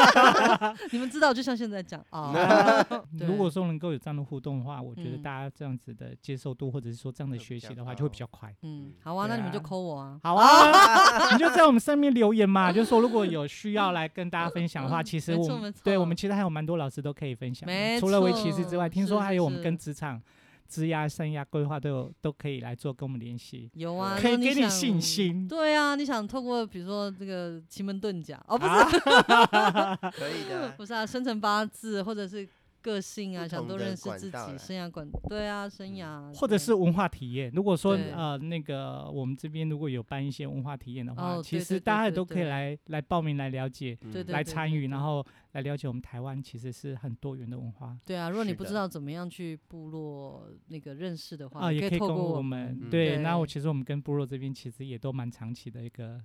[SPEAKER 2] 你们知道，就像现在讲啊，
[SPEAKER 1] 如果说能够有这样的互动的话，我觉得
[SPEAKER 2] 嗯
[SPEAKER 1] 大家这样子的接受度，或者是说这样的
[SPEAKER 3] 会比
[SPEAKER 1] 学
[SPEAKER 3] 较
[SPEAKER 1] 习的话，就会比
[SPEAKER 3] 高
[SPEAKER 1] 较快。
[SPEAKER 2] 嗯，好啊，那你们就
[SPEAKER 1] 对啊
[SPEAKER 2] 扣我啊。
[SPEAKER 1] 好啊，你就在我们上面留言嘛，就说如果有需要来跟大家分享的话，
[SPEAKER 2] 嗯
[SPEAKER 1] 其实
[SPEAKER 2] 没
[SPEAKER 1] 我
[SPEAKER 2] 错
[SPEAKER 1] 们
[SPEAKER 2] 没
[SPEAKER 1] 对我
[SPEAKER 2] 错
[SPEAKER 1] 们其实还有蛮多老师都可以分享的，
[SPEAKER 2] 没
[SPEAKER 1] 除了围棋师之外，
[SPEAKER 2] 错
[SPEAKER 1] 听说
[SPEAKER 2] 是
[SPEAKER 1] 还
[SPEAKER 2] 是
[SPEAKER 1] 有我们
[SPEAKER 2] 是
[SPEAKER 1] 跟职场、职涯、生涯规划都有都可以来做跟我们联系，
[SPEAKER 2] 有啊，
[SPEAKER 1] 可
[SPEAKER 2] 如
[SPEAKER 1] 以
[SPEAKER 2] 果
[SPEAKER 1] 给你
[SPEAKER 2] 想
[SPEAKER 1] 信。心。
[SPEAKER 2] 对啊，你想透过比如说这个奇门遁甲哦，不是
[SPEAKER 1] 啊，
[SPEAKER 3] 可以 的啊，
[SPEAKER 2] 不是啊，生辰八字或者是个性啊，
[SPEAKER 3] 不
[SPEAKER 2] 想
[SPEAKER 3] 同
[SPEAKER 2] 多
[SPEAKER 3] 的
[SPEAKER 2] 认识
[SPEAKER 3] 管
[SPEAKER 2] 自己
[SPEAKER 3] 道，啦
[SPEAKER 2] 生涯管对啊，生
[SPEAKER 3] 嗯
[SPEAKER 2] 涯
[SPEAKER 1] 或者
[SPEAKER 2] 对
[SPEAKER 1] 是文化体验。如果说
[SPEAKER 2] 对
[SPEAKER 1] 呃那个我们这边如果有办一些文化体验的话，
[SPEAKER 2] 哦
[SPEAKER 1] 其
[SPEAKER 2] 对
[SPEAKER 1] 实
[SPEAKER 2] 对对
[SPEAKER 1] 大家也
[SPEAKER 2] 对
[SPEAKER 1] 都可以
[SPEAKER 2] 对
[SPEAKER 1] 来来报名来了解。
[SPEAKER 2] 对
[SPEAKER 3] 嗯
[SPEAKER 2] 对
[SPEAKER 1] 来参与，
[SPEAKER 2] 对
[SPEAKER 1] 然后来了解我们台湾其实是很多元的文化
[SPEAKER 2] 对啊，如果你
[SPEAKER 3] 是
[SPEAKER 2] 不知
[SPEAKER 3] 的
[SPEAKER 2] 道怎么样去部落那个认识的话，
[SPEAKER 1] 啊，
[SPEAKER 2] 你
[SPEAKER 1] 也可以
[SPEAKER 2] 透
[SPEAKER 1] 跟
[SPEAKER 2] 过
[SPEAKER 1] 我
[SPEAKER 2] 们
[SPEAKER 3] 嗯
[SPEAKER 1] 们对。
[SPEAKER 2] 对，
[SPEAKER 1] 那我其实我们跟部落这边其实也都蛮长期的一个，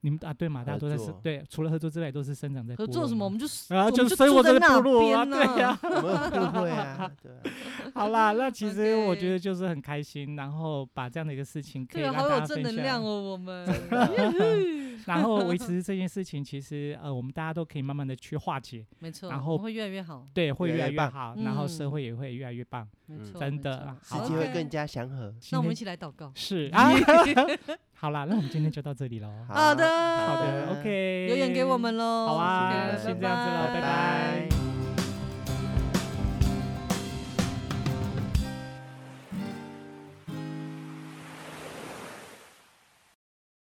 [SPEAKER 1] 你们啊对嘛，大家都
[SPEAKER 3] 合
[SPEAKER 1] 在是
[SPEAKER 3] 作
[SPEAKER 1] 对，除了合作之外都是生长在
[SPEAKER 2] 合
[SPEAKER 1] 部
[SPEAKER 2] 作
[SPEAKER 1] 落
[SPEAKER 2] 什么，我
[SPEAKER 1] 嘛
[SPEAKER 2] 们就是
[SPEAKER 1] 啊
[SPEAKER 2] 我们
[SPEAKER 1] 就
[SPEAKER 2] 就
[SPEAKER 1] 生
[SPEAKER 2] 住
[SPEAKER 1] 活
[SPEAKER 2] 在
[SPEAKER 1] 在
[SPEAKER 2] 那
[SPEAKER 1] 部落啊
[SPEAKER 2] 边
[SPEAKER 1] 对呀
[SPEAKER 2] 呐
[SPEAKER 3] 我们有互惠啊，对啊，
[SPEAKER 1] 好啦， 那其实我觉
[SPEAKER 2] OK
[SPEAKER 1] 得就是很开心，然后把这样的一个事情可以
[SPEAKER 2] 对
[SPEAKER 1] 让
[SPEAKER 2] 啊，好
[SPEAKER 1] 大
[SPEAKER 2] 有
[SPEAKER 1] 家
[SPEAKER 2] 正
[SPEAKER 1] 分
[SPEAKER 2] 能量
[SPEAKER 1] 享。
[SPEAKER 2] 哦，我们
[SPEAKER 1] 然后 维持这件事情，其实呃，我们大家都可以慢慢的去化解，
[SPEAKER 2] 没错，
[SPEAKER 1] 然
[SPEAKER 2] 我
[SPEAKER 1] 后
[SPEAKER 2] 们会越来越好，
[SPEAKER 1] 对，会
[SPEAKER 3] 越
[SPEAKER 1] 越
[SPEAKER 3] 来
[SPEAKER 1] 来
[SPEAKER 3] 越
[SPEAKER 1] 越
[SPEAKER 3] 棒
[SPEAKER 1] 好，然后社
[SPEAKER 2] 嗯
[SPEAKER 1] 会也会越来越棒。
[SPEAKER 2] 没
[SPEAKER 3] 嗯
[SPEAKER 2] 错，
[SPEAKER 1] 真
[SPEAKER 2] 没
[SPEAKER 1] 的
[SPEAKER 2] 错
[SPEAKER 1] 啊
[SPEAKER 3] 世
[SPEAKER 1] 好
[SPEAKER 3] 界会
[SPEAKER 2] OK
[SPEAKER 3] 更加祥和。
[SPEAKER 1] 今
[SPEAKER 2] 那我
[SPEAKER 1] 天
[SPEAKER 2] 们一起来祷告，
[SPEAKER 1] 是 啊， 好啦，那我们今天就到这里喽。
[SPEAKER 2] 好的
[SPEAKER 1] 好
[SPEAKER 3] 好
[SPEAKER 1] 的
[SPEAKER 3] 的
[SPEAKER 1] ，OK，
[SPEAKER 2] 留言给我们喽，哦
[SPEAKER 1] 好啊
[SPEAKER 2] OK，
[SPEAKER 1] 先这样子了拜
[SPEAKER 2] 拜
[SPEAKER 1] 拜